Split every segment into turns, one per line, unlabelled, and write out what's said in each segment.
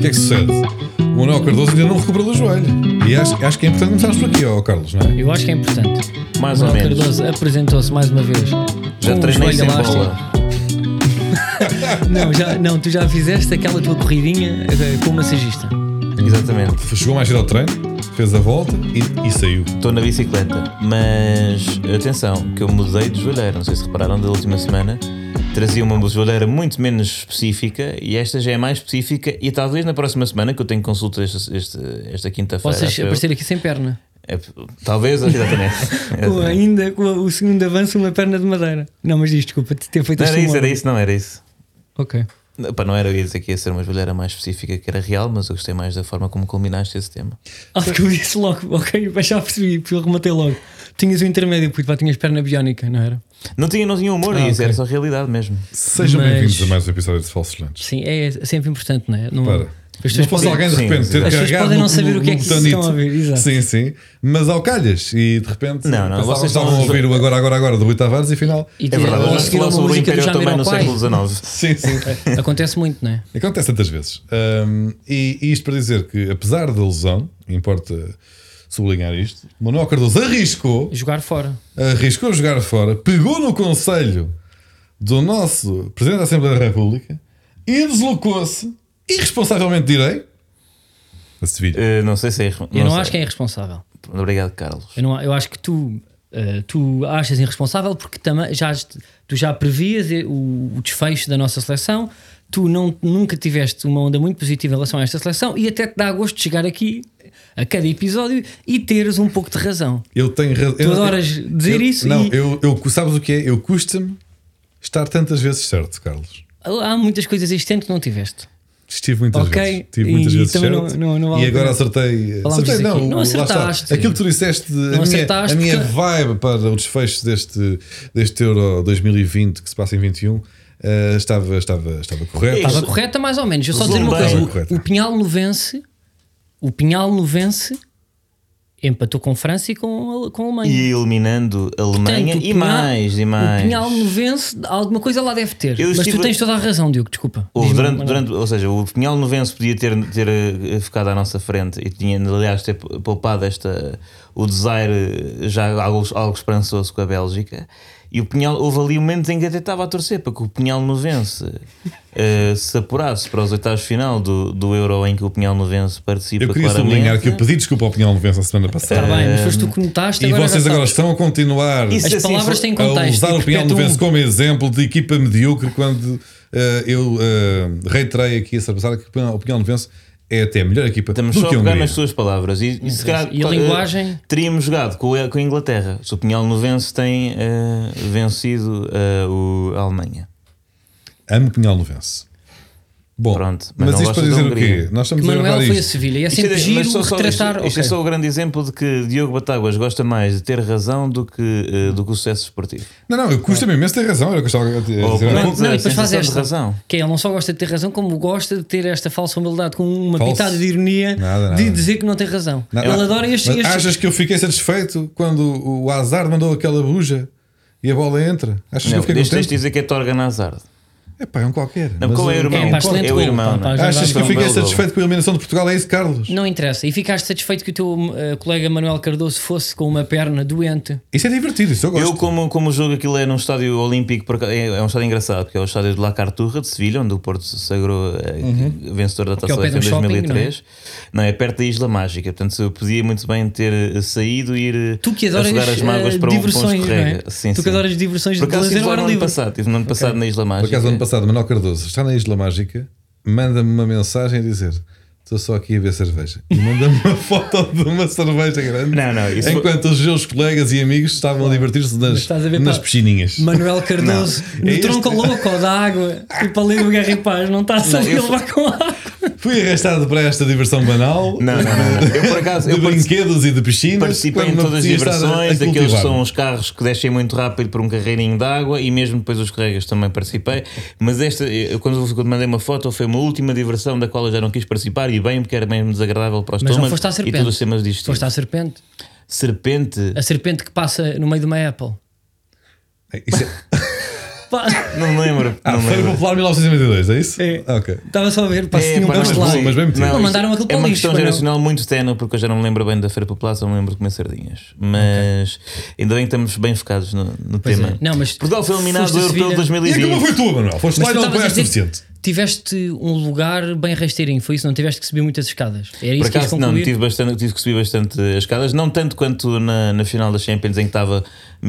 que é que sucede? O Manuel Cardoso ainda não recuperou do joelho. E acho, acho que é importante começarmos por aqui, ó Carlos, não é?
Eu acho que é importante.
Mais
Manuel
ou menos.
Cardoso apresentou-se mais uma vez.
Já
Com um
treinei
joelho
sem
elástico.
bola.
Não, já, não, tu já fizeste aquela tua corridinha eh, com o massagista.
Exatamente.
Chegou mais cedo ao treino, fez a volta e, e saiu.
Estou na bicicleta, mas atenção, que eu mudei de joelheira, não sei se repararam, da última semana. Trazia uma joelheira muito menos específica e esta já é mais específica. E talvez na próxima semana, que eu tenho consulta este, este- esta quinta-feira.
Possas
acho eu.
aparecer aqui sem perna.
É, talvez, exatamente.
Com
Exatamente.
ainda com o segundo avanço, uma perna de madeira. Não, mas diz, desculpa, te ter feito
Não
este
era isso,
humor.
era isso, não era isso.
Ok.
Não, Pá, não era eu ia dizer que ia ser uma joelheira mais específica que era real, mas eu gostei mais da forma como culminaste esse tema.
Ah, porque eu disse logo, ok, mas já percebi, porque eu rematei logo. Tinhas o intermédio, puto, pá, tinhas perna biónica, não era?
Não tinha, não tinha humor,
Ah,
isso
ok.
era só realidade mesmo.
Sejam
Mas-
bem-vindos a mais um episódio de Falsos Lantes.
Sim, é, é sempre importante, não é? Não,
Para.
As
Mas
pessoas
pode
podem-
alguém de
sim,
repente
sim.
ter
As
pessoas
carregado
podem não
no-
saber o que é
no
que
botãozinho.
estão a ouvir, exato.
Sim, sim. Mas ao calhas e de repente
Não, não,
pensavam-
vocês
estavam a
estão-
ouvir o agora, agora, agora do Rui Tavares e afinal.
E
É verdade,
ou
eu já
seguir
se
uma
falar sobre o
música do
Império
Jaime
Otomano no
Araucai.
século XIX.
Sim, sim.
Acontece muito, não é?
Acontece tantas vezes. Ahm, e, e isto para dizer que, apesar da lesão, importa sublinhar isto, Manuel Cardoso arriscou,
Jogar fora.
Ah, arriscou jogar fora, pegou no conselho do nosso Presidente da Assembleia da República e deslocou-se, irresponsavelmente direi, a Sevilha.
Eh, não sei se é erro.
Eu não,
sei.
acho que é irresponsável.
Obrigado, Carlos.
Eu, não, eu acho que tu, eh, tu achas irresponsável porque também já, est- tu já previas eh, o, o desfecho da nossa seleção, tu não, nunca tiveste uma onda muito positiva em relação a esta seleção e até te dá gosto de chegar aqui a cada episódio e teres um pouco de razão.
Eu tenho razão.
Tu adoras dizer
eu,
isso
Não,
e-
eu, eu, sabes o que é? Eu custa-me estar tantas vezes certo, Carlos.
Há muitas coisas este ano que não tiveste.
Estive muitas
Ok,
vezes. Estive
e
muitas vezes
também
certo.
não- não- não vale
e
a
agora
pena.
acertei.
Falámos
acertei
disso
não,
aqui. Não
lá está.
acertaste.
Aquilo que tu disseste, a,
acertaste
minha, a minha
porque-
vibe para o desfecho deste, deste Euro 2020 que se passa em 21 eh, estava, estava, estava correta.
Estava correta, mais ou menos. Eu só dizer uma
Resultado.
coisa:
Correta.
o, o Pinhal Novense, o Pinhal Novense empatou com França e com, a- com a Alemanha.
E eliminando a Alemanha
Portanto, o
e
Pinhal-
mais, e
O Pinhal
mais.
Novense, alguma coisa lá deve ter.
Eu
mas
estive-
tu tens toda a razão, Diogo, desculpa.
Houve
Diz-me,
durante,
Manuel.
durante, ou seja, o Pinhal Novense podia ter, ter eh, ficado à nossa frente e tinha, aliás, ter poupado esta, o desaire eh, já algo, algo esperançoso com a Bélgica. E o Pinhal, houve ali momentos em que até estava a torcer para que o Pinhal Novense eh, se apurasse para os oitavos de final do, do Euro em que o Pinhal Novense participa.
eu queria
claramente.
sublinhar que eu pedi desculpa ao Pinhal Novença na semana
Está
passada.
Tá bem, mas foste tu que notaste.
e
agora
vocês
já
agora
sabes.
estão a continuar
Isso
As
assim,
palavras
foi-
têm
a
contexto. tipo, um.
usar o
e
Pinhal
perpetuam-
Novense como exemplo de equipa medíocre quando eh, eu eh, reiterei aqui a semana passada que o Pinhal- o Pinhal Novense é até a melhor equipa
Estamos
do
só a
que um a
pegar
Hungria.
nas suas palavras. E, e se calhar,
E a
eh,
linguagem?
Teríamos jogado com a, com a Inglaterra. Se o Pinhal Novense tem eh, vencido eh, o, a Alemanha.
Amo Pinhal Novense. Bom,
Pronto, mas
mas,
não
isto para
gosto da
dizer o
Hungria.
quê? Nós
Que
estamos a
Manuel
gravar
foi a
isto.
Sevilha e é
Isto
sempre
é-
giro
só- só-
retratar.
isto, isto é
ok.
só o grande exemplo de que Diogo Batáguas gosta mais de ter razão do que, eh, do que o sucesso esportivo.
Não, não, eu custa-me imenso ter razão. Era o que eu estava a dizer.
Ou, pelo
Era
menos,
um-
Não,
a
e depois faz
sensação de
esta.
razão.
Que é, ele não só gosta de ter razão, como gosta de ter esta falsa humildade com uma
Falso.
pitada de ironia
Nada, nada.
de dizer que não tem razão.
Não,
ele
não.
adora estes.
Mas
estes-
Achas que eu fiquei satisfeito quando o Azar mandou aquela buja e a bola entra? Achas que eu
Não,
fiquei
tens tens de
contente?
dizer que é Torga Nazar.
É pá, é um qualquer.
Não,
Mas
qual é o
eu-
irmão?
É, pá, excelente
o
gol,
irmão.
pá,
não é?
pá,
Achas que
Foi
eu
um
fiquei
belo gol.
satisfeito com a eliminação de Portugal? É isso, Carlos?
Não interessa. E ficaste satisfeito que o teu eh, colega Manuel Cardoso fosse com uma perna doente.
Isso é divertido, isso eu gosto.
Eu, como, como o jogo aquilo é num estádio olímpico, por acaso- é, é um estádio engraçado, porque é o estádio de La Carturra, de Sevilha, onde o Porto se sagrou eh, vencedor da
é
Taça
ao pé
UEFA em
de um shopping,
2003. não, é? perto da Isla Mágica, portanto eu podia muito bem ter eh, saído e ir eh,
Tu que adoras
afogar as mágoas
eh,
para um- para um
diversões, não é?
escorrega. Sim,
tu
sim.
que adoras diversões
Por
de
acaso
lazer ao
estive lá no
ar
ano
livre.
passado, estive no ano passado na Isla
Por
Mágica.
acaso, ano passado, Manuel Cardoso está na Isla Mágica, manda-me uma mensagem a dizer: Estou só aqui a ver cerveja. E manda-me uma foto de uma cerveja grande.
Não, não, isso foi-
enquanto os seus colegas e amigos estavam a divertir-se
Mas
nas,
estás a ver,
nas
pá,
piscininhas.
Manuel Cardoso
Não, é
no
este.
tronco louco ou da água, tipo ali no Guerra e Paz, não está só
Não,
ele
eu-
levar com água.
Fui arrastado para esta diversão banal.
Não, não, não, não. Eu por acaso
De
eu partici-
brinquedos e de piscinas.
participei em
quando me
todas as
apetecia estar a-
diversões,
a
daqueles que
cultivar-me.
são os carros que descem muito rápido por um carreirinho de água e mesmo depois os carregas também participei. Mas esta, eu, quando, quando mandei uma foto, foi uma última diversão da qual eu já não quis participar e bem, porque era mesmo desagradável para o
não
estômago
foste à
e
serpente.
todos os temas disto.
Foste à serpente,
Serpente.
a serpente que passa no meio de uma Apple.
Isso é-
Pá,
Não me lembro.
Ah,
não me
Feira
lembro.
Popular 1992, é isso?
É.
Ah, ok.
Estava só a ver, um pá, se
É,
tinham
pá,
mas
posto lá.
bom, mas bem metido.
não,
Não, mandaram
isso
aquilo para
É
o
uma
lixo,
questão
pá, não.
geracional muito tenue, porque eu já não me lembro bem da Feira Popular, só me lembro de comer sardinhas. Mas ainda bem que estamos bem focados no, no
Pois é.
tema.
Não, mas
Portugal foi eliminado
foste
do
a
Europeu de
Sevilha.
E a
2020.
cama foi tua, Manuel. Foste
Mas
lá e
tu
não
estavas a
é
apanhaste o
dizer
suficiente.
que Tiveste um lugar bem rasteirinho, foi isso? Não tiveste que subir muitas escadas. Era
Por
isso que quis
acaso, não,
concluir.
tive, bastante, tive que subir bastante as escadas, não tanto quanto na, na final da Champions, em que estava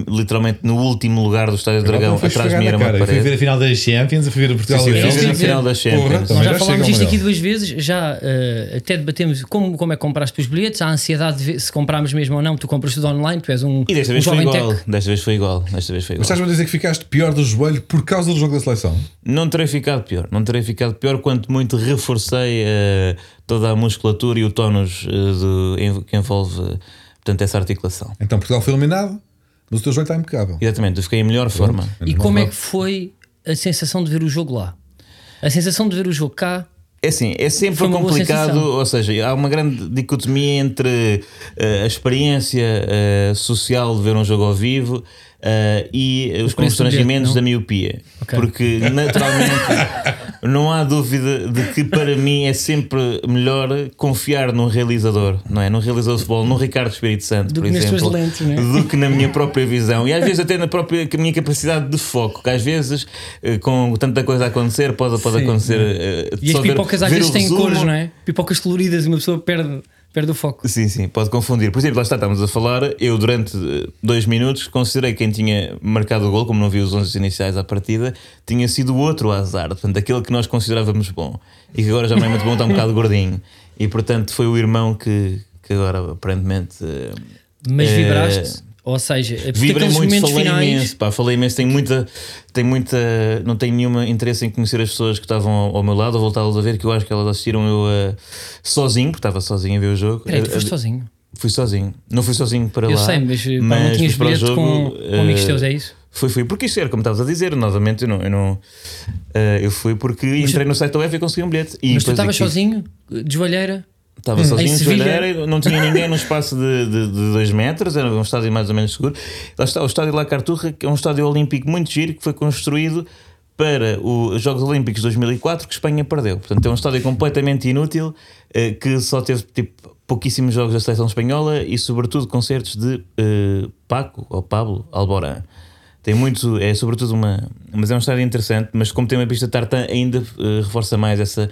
literalmente no último lugar do Estádio do Dragão,
Foi
atrás de
esfregar
mim
na
era
cara.
uma
Eu Fui ver
parede.
a final das Champions, eu fui ver o Portugal
Sim, sim,
Leão.
fui ver a final das Champions.
Porra,
Nós
também
Nós já
chega,
falámos isto
Manuel.
aqui duas vezes, já eh, até debatemos como, como é que compraste os bilhetes, há a ansiedade de ver se comprámos mesmo ou não, tu compras tudo online, tu és um,
E desta
um
vez foi
jovem
igual.
tech.
Desta vez foi igual. Desta vez foi
Mas
igual.
estás-me a dizer que ficaste pior do joelho por causa do jogo da seleção?
Não terei ficado pior, não terei ficado pior, quanto muito reforcei eh, toda a musculatura e o tónus eh, do- em- que envolve eh, portanto, essa articulação.
Então Portugal foi eliminado, mas o teu joelho está impecável.
Exatamente, eu fiquei em melhor forma.
E como é que foi a sensação de ver o jogo lá? A sensação de ver o jogo cá,
É assim, é sempre
Foi uma boa
complicado,
sensação.
ou seja, há uma grande dicotomia entre eh, a experiência eh, social de ver um jogo ao vivo eh, e
preço
os
do bilhete,
constrangimentos
não?
da miopia.
Ok.
Porque naturalmente não há dúvida de que para mim é sempre melhor confiar num realizador, não é? Num realizador de futebol, num Ricardo Espírito Santo,
Do
por
que nas
exemplo,
suas lentes, não é?
do que na minha própria visão e às vezes até na própria que minha capacidade de foco, que às vezes eh, com tanta coisa a acontecer pode, pode
Sim. é?
acontecer eh,
e
só
as
ver-
pipocas às
ver
vezes
o
têm
resumo.
cores, não é? Pipocas coloridas e uma pessoa perde, perde o foco.
Sim, sim, pode confundir. Por exemplo, lá está, estamos a falar. Eu, durante eh, dois minutos, considerei quem tinha marcado o gol, como não vi os 11 iniciais à partida, tinha sido o outro azar, portanto, aquele que nós considerávamos bom e que agora já não é muito bom, está um bocado gordinho. E portanto, foi o irmão que, que agora aparentemente. eh,
Mas
eh,
vibraste, ou seja, é porque
Vibrei
aqueles
muito,
momentos
falei
finais.
imenso, pá, falei imenso, tenho muita, tenho muita, não tenho nenhuma interesse em conhecer as pessoas que estavam ao, ao meu lado, ou voltá-las a ver, que eu acho que elas assistiram eu eh, sozinho, porque estava sozinho a ver o jogo.
Peraí, É, tu
Eh,
foste
eh,
sozinho.
Fui sozinho, não fui sozinho para
Eu
lá.
sei, mas, eh, pá, não tinhas
fui para o
bilhete com, com amigos
eh,
teus, é isso?
Fui, fui, porque isto era como estavas a dizer, novamente eu não, eu, não, eh, eu fui porque entrei no site da UEFA e consegui um bilhete. E
Mas tu
depois
estavas
aqui-
sozinho, de joalheira,
Estava sozinho,
Em
de
Sevilha.
joelheira, não tinha ninguém num espaço de, de, de dois metros, era um estádio mais ou menos seguro. Lá está, o estádio La Carturra, que é um estádio olímpico muito giro, que foi construído para o- os Jogos Olímpicos de 2004, que Espanha perdeu. Portanto, é um estádio completamente inútil, eh, que só teve tipo, pouquíssimos jogos da seleção espanhola e, sobretudo, concertos de eh, Paco ou Pablo Alborán. Tem muito, é sobretudo uma. Mas é um estádio interessante, mas como tem uma pista tartan, ainda eh, reforça mais essa.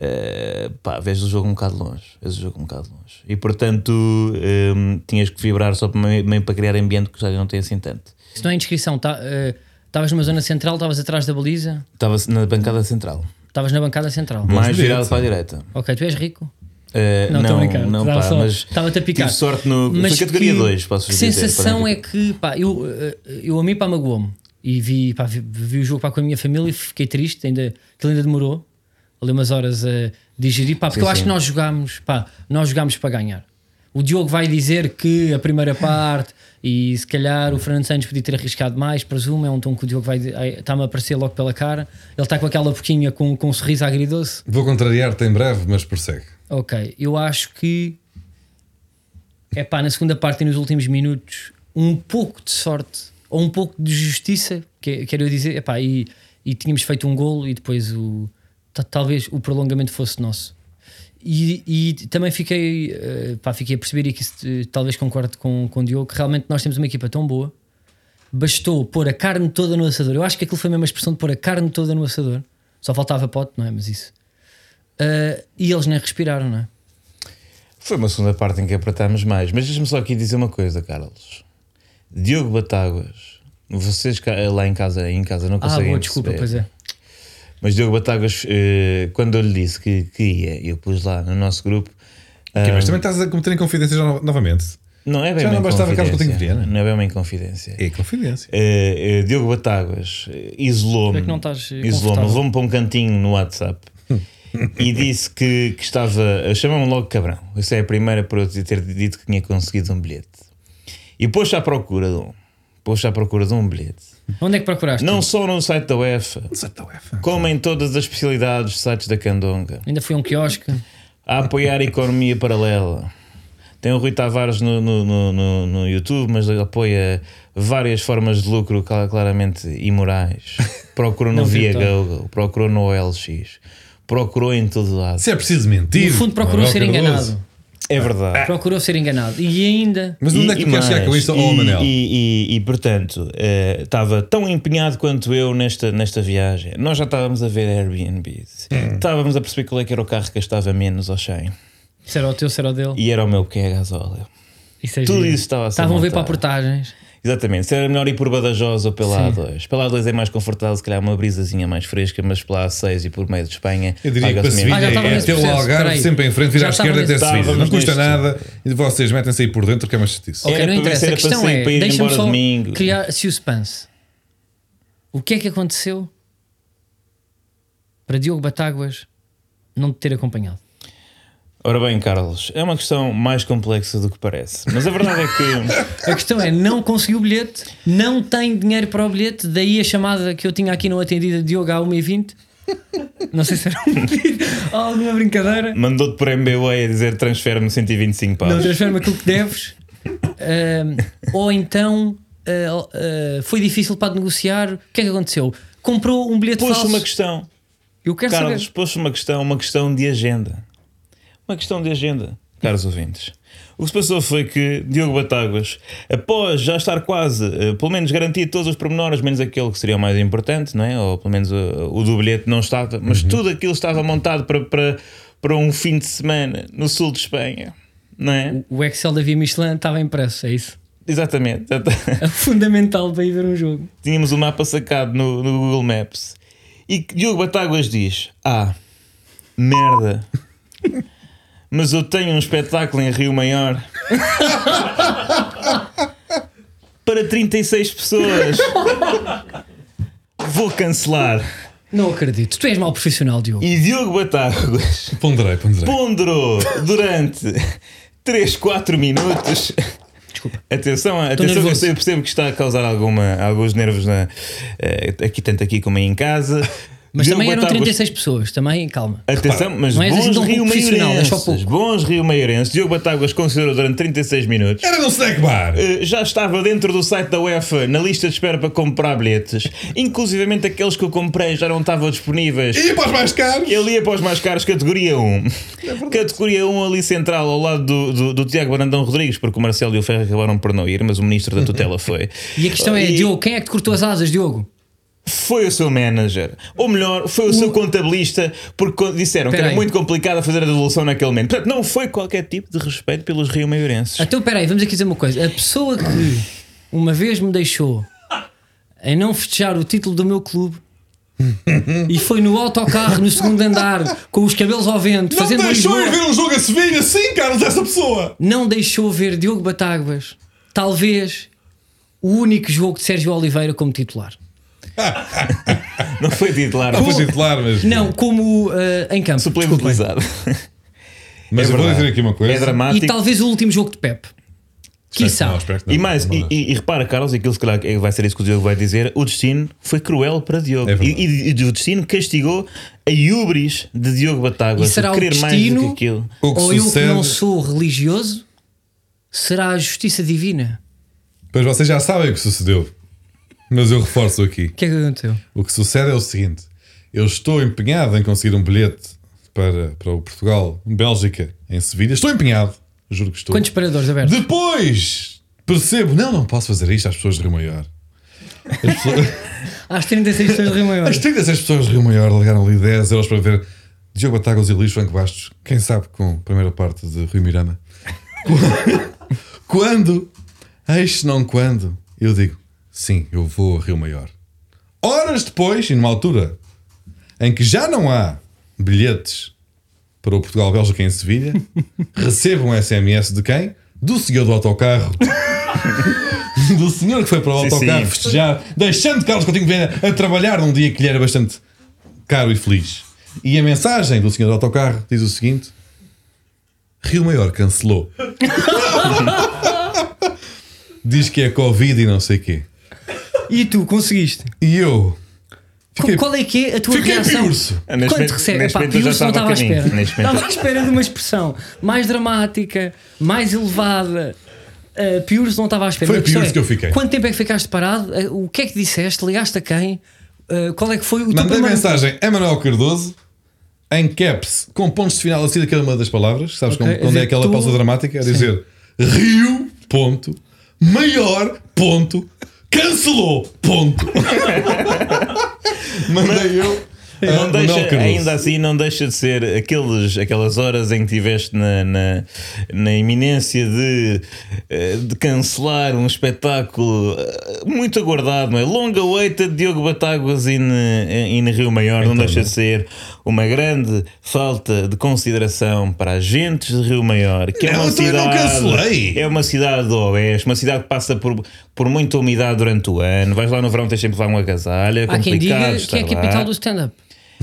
eh, pá, vês o jogo um bocado longe. Vês o jogo um bocado longe. E portanto, ehm, tinhas que vibrar só para, meio, meio para criar ambiente que o estádio não tem assim tanto.
se não é inscrição, tá, eh, estavas numa zona central, estavas atrás da baliza,
Estava na bancada central,
estavas na bancada central.
mais
bilhetes,
virado
sim.
para a direita.
Ok, tu és rico.
Eh,
Não, estou a
não,
brincar.
não,
Estava
pá,
só-
mas
estava-te a picar.
Tive sorte no. foi categoria 2, posso
que
dizer.
sensação
para
é
mim.
que, pá, eu, eh, eu a mim, pá, magoou-me. E vi, pá, vi, vi o jogo pá, com a minha família e fiquei triste, ainda, aquilo ainda demorou ali umas horas a digerir, pá, porque eu acho que nós jogámos, pá, nós jogámos para ganhar. O Diogo vai dizer que a primeira parte e se calhar o Fernando Santos podia ter arriscado mais, presumo, é um tom que o Diogo vai ai, está-me a aparecer logo pela cara. Ele está com aquela boquinha com, com um sorriso agridoce.
Vou contrariar-te em breve, mas prossegue.
Ok, eu acho que é pá, na segunda parte e nos últimos minutos, um pouco de sorte ou um pouco de justiça, que, quero eu dizer, é pá, e, e tínhamos feito um golo e depois o ta- talvez o prolongamento fosse nosso. E, e também fiquei, eh, pá, fiquei a perceber, e que isso, eh, talvez concordo com, com o Diogo, que realmente nós temos uma equipa tão boa, bastou pôr a carne toda no assador. Eu acho que aquilo foi mesmo a expressão de pôr a carne toda no assador, só faltava pote, não é? Mas isso. Ah, e eles nem respiraram, não é?
Foi uma segunda parte em que apertámos mais. Mas deixa-me só aqui dizer uma coisa, Carlos. Diogo Batáguas, vocês cá- lá em casa, em casa não
Ah,
conseguem.
boa, desculpa,
perceber.
pois é.
Mas Diogo Batáguas, eh, quando eu lhe disse que, que ia, eu pus lá no nosso grupo.
Ok,
ah,
mas também estás a cometer inconfidências no- novamente.
não é bem
já
uma
não bastava Carlos
inconfidência.
Coutinho Vilhena?
Não é bem uma inconfidência.
É confidência.
Eh, eh, Diogo Batáguas eh, isolou-me.
É que não estás, eh,
isolou-me,
confortável.
levou-me para um cantinho no WhatsApp e disse que, que estava. Chamou-me logo cabrão. Isso é a primeira por eu ter dito que tinha conseguido um bilhete. E pôs-se à procura de um. Pôs-se à procura de um bilhete.
Onde é que procuraste?
Não só no site da UEFA,
tá UEFA.
como em todas as especialidades, sites da Candonga
Ainda foi a um quiosque.
a apoiar a economia paralela. Tem o Rui Tavares no, no, no, no- no YouTube, mas apoia várias formas de lucro cla- claramente imorais. Procurou no
Não vi,
então.
Viagogo, procurou no OLX, procurou em todo lado.
Se é preciso mentir.
No fundo, procurou
Manuel
ser
Cardoso.
enganado.
É verdade.
Procurou ser enganado. E ainda.
Mas onde é que tu queres chegar com isto, oh,
e,
Manel?
E, e- e, portanto, eh, estava tão empenhado quanto eu nesta, nesta viagem. Nós já estávamos a ver Airbnb,
Hum.
estávamos a perceber qual é que era o carro que gastava menos ao 100
Se era o teu, se era o dele.
e era o meu que é a gasóleo.
Isso é
Tudo
giro.
isso estava a ser
Estavam a ver para
montado.
portagens.
Exatamente, se era melhor ir por Badajoz ou pela A2. Pela A2 é mais confortável, se calhar uma brisazinha mais fresca, mas pela A6 e por meio de Espanha.
Eu diria que para
paga-se
Sevilha
menos.
Ah, já estava
é
nesse
até o
processo,
Algarve,
peraí.
sempre em frente, vir
Já
à esquerda até
estávamos
Sevilha.
nesse-
Não custa
Estávamos
nada e vocês metem-se aí por dentro, que é uma chatice.
Ok,
Era
não
para
interessa.
ser
A
para
questão
sair
é,
para ir
deixa-me
embora
só
domingo.
criar suspense. O que é que aconteceu para Diogo Batáguas não te ter acompanhado?
Ora bem, Carlos, é uma questão mais complexa do que parece. Mas a verdade é que.
A questão é, não conseguiu o bilhete, não tem dinheiro para o bilhete, daí a chamada que eu tinha aqui não atendida de Diogo à 1h20. Não sei se era um pedido ou alguma brincadeira.
Mandou-te por MBWay a dizer transfere-me 125
Não
paus.
transfere-me aquilo que deves. Ahm, ou então ah, ah, foi difícil para negociar. O que é que aconteceu? Comprou um bilhete
Pôs
falso.
uma questão,
Eu quero
Carlos,
saber.
pôs uma questão, uma questão de agenda. Uma questão de agenda, caros ouvintes. O que se passou foi que Diogo Batáguas, após já estar quase, eh, pelo menos garantido todos os pormenores, menos aquele que seria o mais importante, não é? Ou pelo menos o, o do bilhete não estava, mas tudo aquilo estava montado para, para, para um fim de semana no sul de Espanha, não é?
O Excel da Via Michelin estava impresso, é isso?
Exatamente.
É fundamental para ir ver um jogo.
tínhamos o mapa sacado no, no Google Maps. E que Diogo Batáguas diz: Ah, merda, mas eu tenho um espetáculo em Rio Maior para 36 pessoas. Vou cancelar.
Não acredito. Tu és mau profissional, Diogo.
E Diogo Batáguas
Ponderei, ponderei.
ponderou durante 3, 4 minutos.
Desculpa.
Atenção, atenção que eu
nervoso.
sei- eu percebo que está a causar alguma, alguns nervos na, eh, aqui, tanto aqui como aí em casa.
Mas
Diogo
também eram
Batáguas-
36 pessoas, também, calma.
Atenção, mas
não és assim
bons
tão
Rio
profissional, é só
Maiorenses.
pouco.
Bons Rio Maiorenses. Diogo Batáguas considerou durante 36 minutos.
Era num snack bar.
Eh, já estava dentro do site da UEFA na lista de espera para comprar bilhetes. Inclusivamente aqueles que eu comprei já não estavam disponíveis.
E para os mais caros.
Ele ia para os mais caros, categoria 1. categoria 1 ali central, ao lado do, do, do Tiago Brandão Rodrigues, porque o Marcelo e o Ferro acabaram por não ir, mas o ministro da tutela foi.
E a questão é, Diogo, quem é que te cortou as asas, Diogo?
Foi o seu manager. Ou melhor, foi o, seu contabilista, porque co- disseram que
Peraí.
era muito complicado a fazer a devolução naquele momento. Portanto, não foi qualquer tipo de respeito pelos rio maiorenses.
Então, peraí, vamos aqui dizer uma coisa. A pessoa que uma vez me deixou em não festejar o título do meu clube e foi no autocarro no segundo andar com os cabelos ao vento
Não
fazendo
deixou ir
Lisboa,
ver um jogo a Sevilha, sim, Carlos, essa pessoa.
não deixou ver Diogo Batáguas talvez o único jogo de Sérgio Oliveira como titular
Não foi titular,
Não
não
foi
foi
titular, mas.
não como eh, em campo
suplente
desculpem.
utilizado.
Mas
É
eu vou
verdade.
dizer aqui uma coisa.
É
e
dramático.
talvez o último jogo de Pep
Espero que não,
Quiçá.
espero que não.
E mais, e,
Não,
e- e repara, Carlos, aquilo se calhar vai ser isso que o Diogo vai dizer: o destino foi cruel para Diogo.
É
e,
verdade.
e- e o destino castigou a Iubris de Diogo
e
Batáguas.
será
de
o
querer mais do que
destino
aquilo.
O que
ou eu que
sucede-
não sou religioso será a justiça divina
Pois vocês já sabem o que sucedeu. Mas eu reforço aqui.
o que é que aconteceu?
O que sucede é o seguinte: eu estou empenhado em conseguir um bilhete para, para o Portugal, Bélgica, em Sevilha. Estou empenhado, juro que estou.
Quantos paradores abertos?
Depois percebo, não, não posso fazer isto às pessoas de Rio Maior. As, pessoas,
Às 36 pessoas de Rio Maior.
as 36 pessoas de Rio Maior legaram ali 10 euros para ver Diogo Batáguas e Luís Franco Bastos, quem sabe com a primeira parte de Rui Miranda. Quando, eis não quando, eu digo, sim, eu vou a Rio Maior. Horas depois, e numa altura em que já não há bilhetes para o Portugal-Bélgica em Sevilha, recebo um SMS de quem? Do senhor do autocarro. do senhor que foi para o
Sim,
autocarro
sim.
festejar, deixando Carlos Coutinho Vena a trabalhar num dia que lhe era bastante caro e feliz. E a mensagem do senhor do autocarro diz o seguinte: Rio Maior cancelou. diz que é Covid e não sei quê.
E tu conseguiste?
E eu. Fiquei,
Qual é que é a tua
fiquei
reação?
piurso.
Ah, neste
Quando
momento-
recebe,
neste
Epá,
momento eu já
piurso não estava
estava
à
a caminho.
espera.
Neste momento
Estava à espera de uma expressão mais dramática, mais elevada. Uh, Piures não estava à espera.
Foi
A questão
Piures que eu fiquei.
Quanto tempo é que ficaste parado? Uh, o que é que disseste? Ligaste a quem? Uh, qual é que foi o teu
Mandei
primeiro...
mensagem a Manuel Cardoso em caps com pontos de final assim de cada uma das palavras. Sabes
Ok,
como-
a
quando
dizer
é aquela
tu-
pausa dramática? A dizer Rio, ponto, maior, ponto, cancelou, ponto. Mandei eu. a
Não
Manuel
deixa,
Cardoso.
ainda assim, não deixa de ser aqueles, aquelas horas em que estiveste na, na, na iminência de, eh, de cancelar um espetáculo eh, muito aguardado, não é? Longa Waita de Diogo Batáguas in, in Rio Maior. não
Então,
deixa de ser uma grande falta de consideração para agentes de Rio Maior, que é
Não,
uma
então eu não
cidade.
cancelei.
É uma cidade do Oeste, uma cidade que passa por, por muita umidade durante o ano. Vais lá no verão, tens sempre lá um agasalho. É
Há quem
complicado
diga que
estar
é a
lá.
capital do stand-up.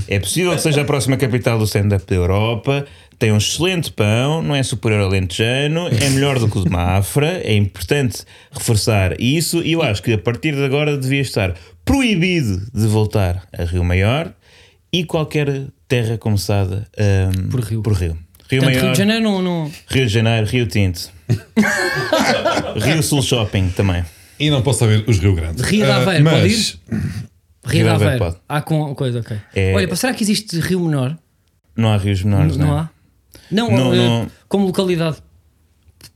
É possível que seja a próxima capital do stand-up da Europa. Tem um excelente pão, não é superior ao lentejano, é melhor do que o de Mafra. É importante reforçar isso. E eu acho que a partir de agora devia estar proibido de voltar a Rio Maior e qualquer terra começada hum,
Por Rio.
Rio. Rio
Portanto,
Maior,
Rio de Janeiro não... não...
Rio de Janeiro, Rio Tinto, Rio Sul Shopping também.
E não posso saber os Rio Grande.
Rio de
Ah,
Aveiro,
mas-
pode Rio de
Rio de Aveiro,
Aveiro.
pode.
Há com... coisa, ok.
É-
Olha, pá, será que existe Rio Menor?
Não há rios menores,
não
não é?
há? Não,
Não,
eh,
não.
como localidade.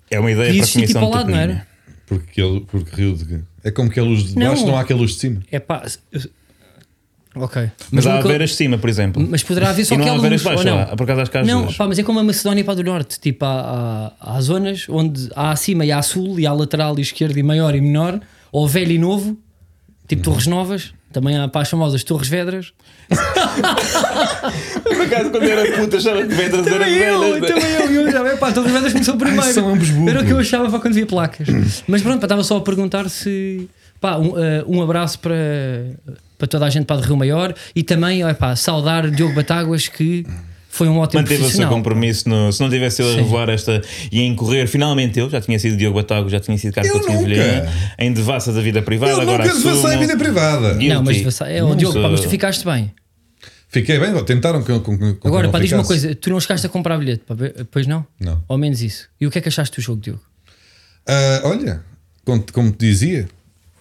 É uma
Podia
ideia para a
existir
Comissão
tipo ao
de
lado, não
Topolinia.
era?
Porque, ele, porque Rio de. É como que a luz de
Não.
baixo, não, há aquela luz de cima.
É pá... eu- Ok.
Mas há
local-
Aveiras de cima, por exemplo.
Mas poderá haver só
E não há
aquela luz,
Aveiras de baixo,
ou não?
há- por acaso acho que há as
Não,
duas.
pá, mas é como a Macedónia para do Norte. Tipo, há, há, há zonas onde há acima e há sul, e há lateral e esquerdo e maior e menor, ou velho e novo,
Uhum.
tipo Torres Novas. Também há para as famosas Torres Vedras.
Por acaso, quando era puta, achava que Vedras era
também
velhas.
eu, então é eu já bem, pá, Torres Vedras começou primeiro.
são ambos burros.
Era o que eu achava pá, quando via placas. Mas pronto, pá, estava só a perguntar se. Pá, um, eh, um abraço para, para toda a gente pá, de Rio Maior e também, ó, pá, saudar Diogo Batáguas que foi um ótimo
Manteve o seu
profissional.
compromisso. no- se não tivesse eu a
Sim.
revelar esta e a incorrer, finalmente eu, já tinha sido Diogo Batago, já tinha sido Carlos
Eu
Coutinho
nunca.
Vilhena, em devassa da vida privada,
Eu
agora
nunca devassei
assumo.
vida privada.
Guilty.
Não, mas, você- é, ó,
Não
Diogo, pá,
sou-
mas tu ficaste bem.
Fiquei bem, tentaram com. com, com que
Agora,
não
pá, diz-me uma
ficasse.
coisa: tu não chegaste a comprar bilhete, pá, be- pois não?
Não.
Ao menos isso. E o que é que achaste do jogo, Diogo?
Ah, olha, como, como te dizia,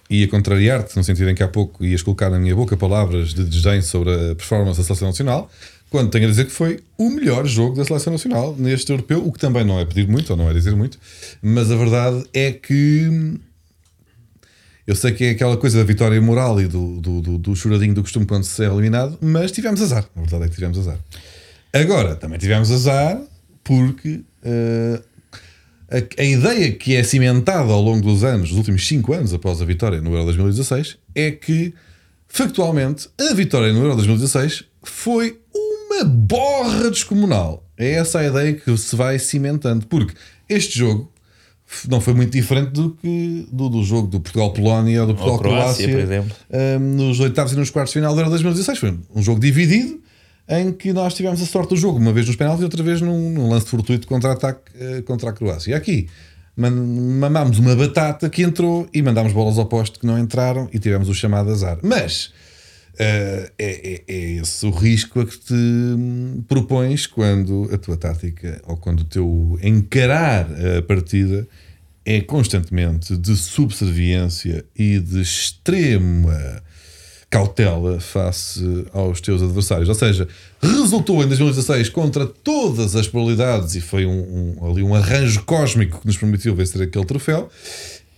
ia contrariar-te, no sentido em que há pouco ias colocar na minha boca palavras de desdém sobre a performance da Seleção Nacional, quando tenho a dizer que foi o melhor jogo da Seleção Nacional neste europeu, o que também não é pedir muito, ou não é dizer muito, mas a verdade é que. hum, Eu sei que é aquela coisa da vitória moral e do, do, do, do choradinho do costume quando se é eliminado, mas tivemos azar. A verdade é que tivemos azar. Agora, também tivemos azar porque ah, a, a ideia que é cimentada ao longo dos anos, dos últimos 5 anos após a vitória no Euro 2016, é que, factualmente, a vitória no Euro 2016 foi uma borra descomunal. É essa a ideia que se vai cimentando, porque este jogo f- não foi muito diferente do que do, do jogo do Portugal-Polónia ou do
Croácia,
Portugal-Croácia,
por exemplo.
hum, nos oitavos e nos quartos de final do Euro 2016. Foi um jogo dividido em que nós tivemos a sorte do jogo, uma vez nos penaltis e outra vez num, num lance fortuito contra-ataque eh, contra a Croácia. E aqui man- mamámos uma batata que entrou e mandámos bolas ao poste que não entraram e tivemos o chamado azar. Mas eh, é, é- é esse o risco a que te hum, propões quando a tua tática ou quando o teu encarar a partida é constantemente de subserviência e de extrema cautela face aos teus adversários. Ou seja, resultou em 2016 contra todas as probabilidades e foi um, um- ali um arranjo cósmico que nos permitiu vencer aquele troféu.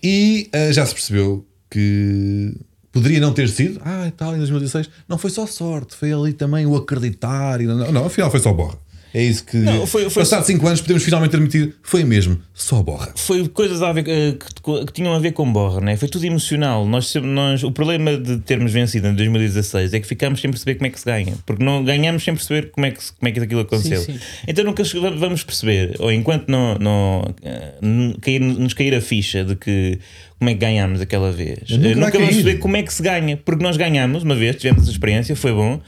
E ah, já se percebeu que poderia não ter sido, ah, e tal, em 2016, não foi só sorte, foi ali também o acreditar. E não, não, não, afinal foi só borra. É isso que,
Não, foi- foi-
passado 5 anos, podemos finalmente admitir, foi mesmo só borra.
foi coisas a ver, eh, que, que tinham a ver com borra, né? foi tudo emocional. Nós, sempre- nós, o problema de termos vencido em 2016 é que ficámos sem perceber como é que se ganha, porque não ganhamos sem perceber como é que, se- como é que aquilo aconteceu.
sim.
Então nunca che- va- vamos perceber, ou enquanto não, não, eh, n- cair- nos cair a ficha de que como é que ganhámos aquela vez, eh,
Nunca vai
nunca, vamos
cair.
perceber como é que se ganha, porque nós ganhámos uma vez, tivemos a experiência, foi bom.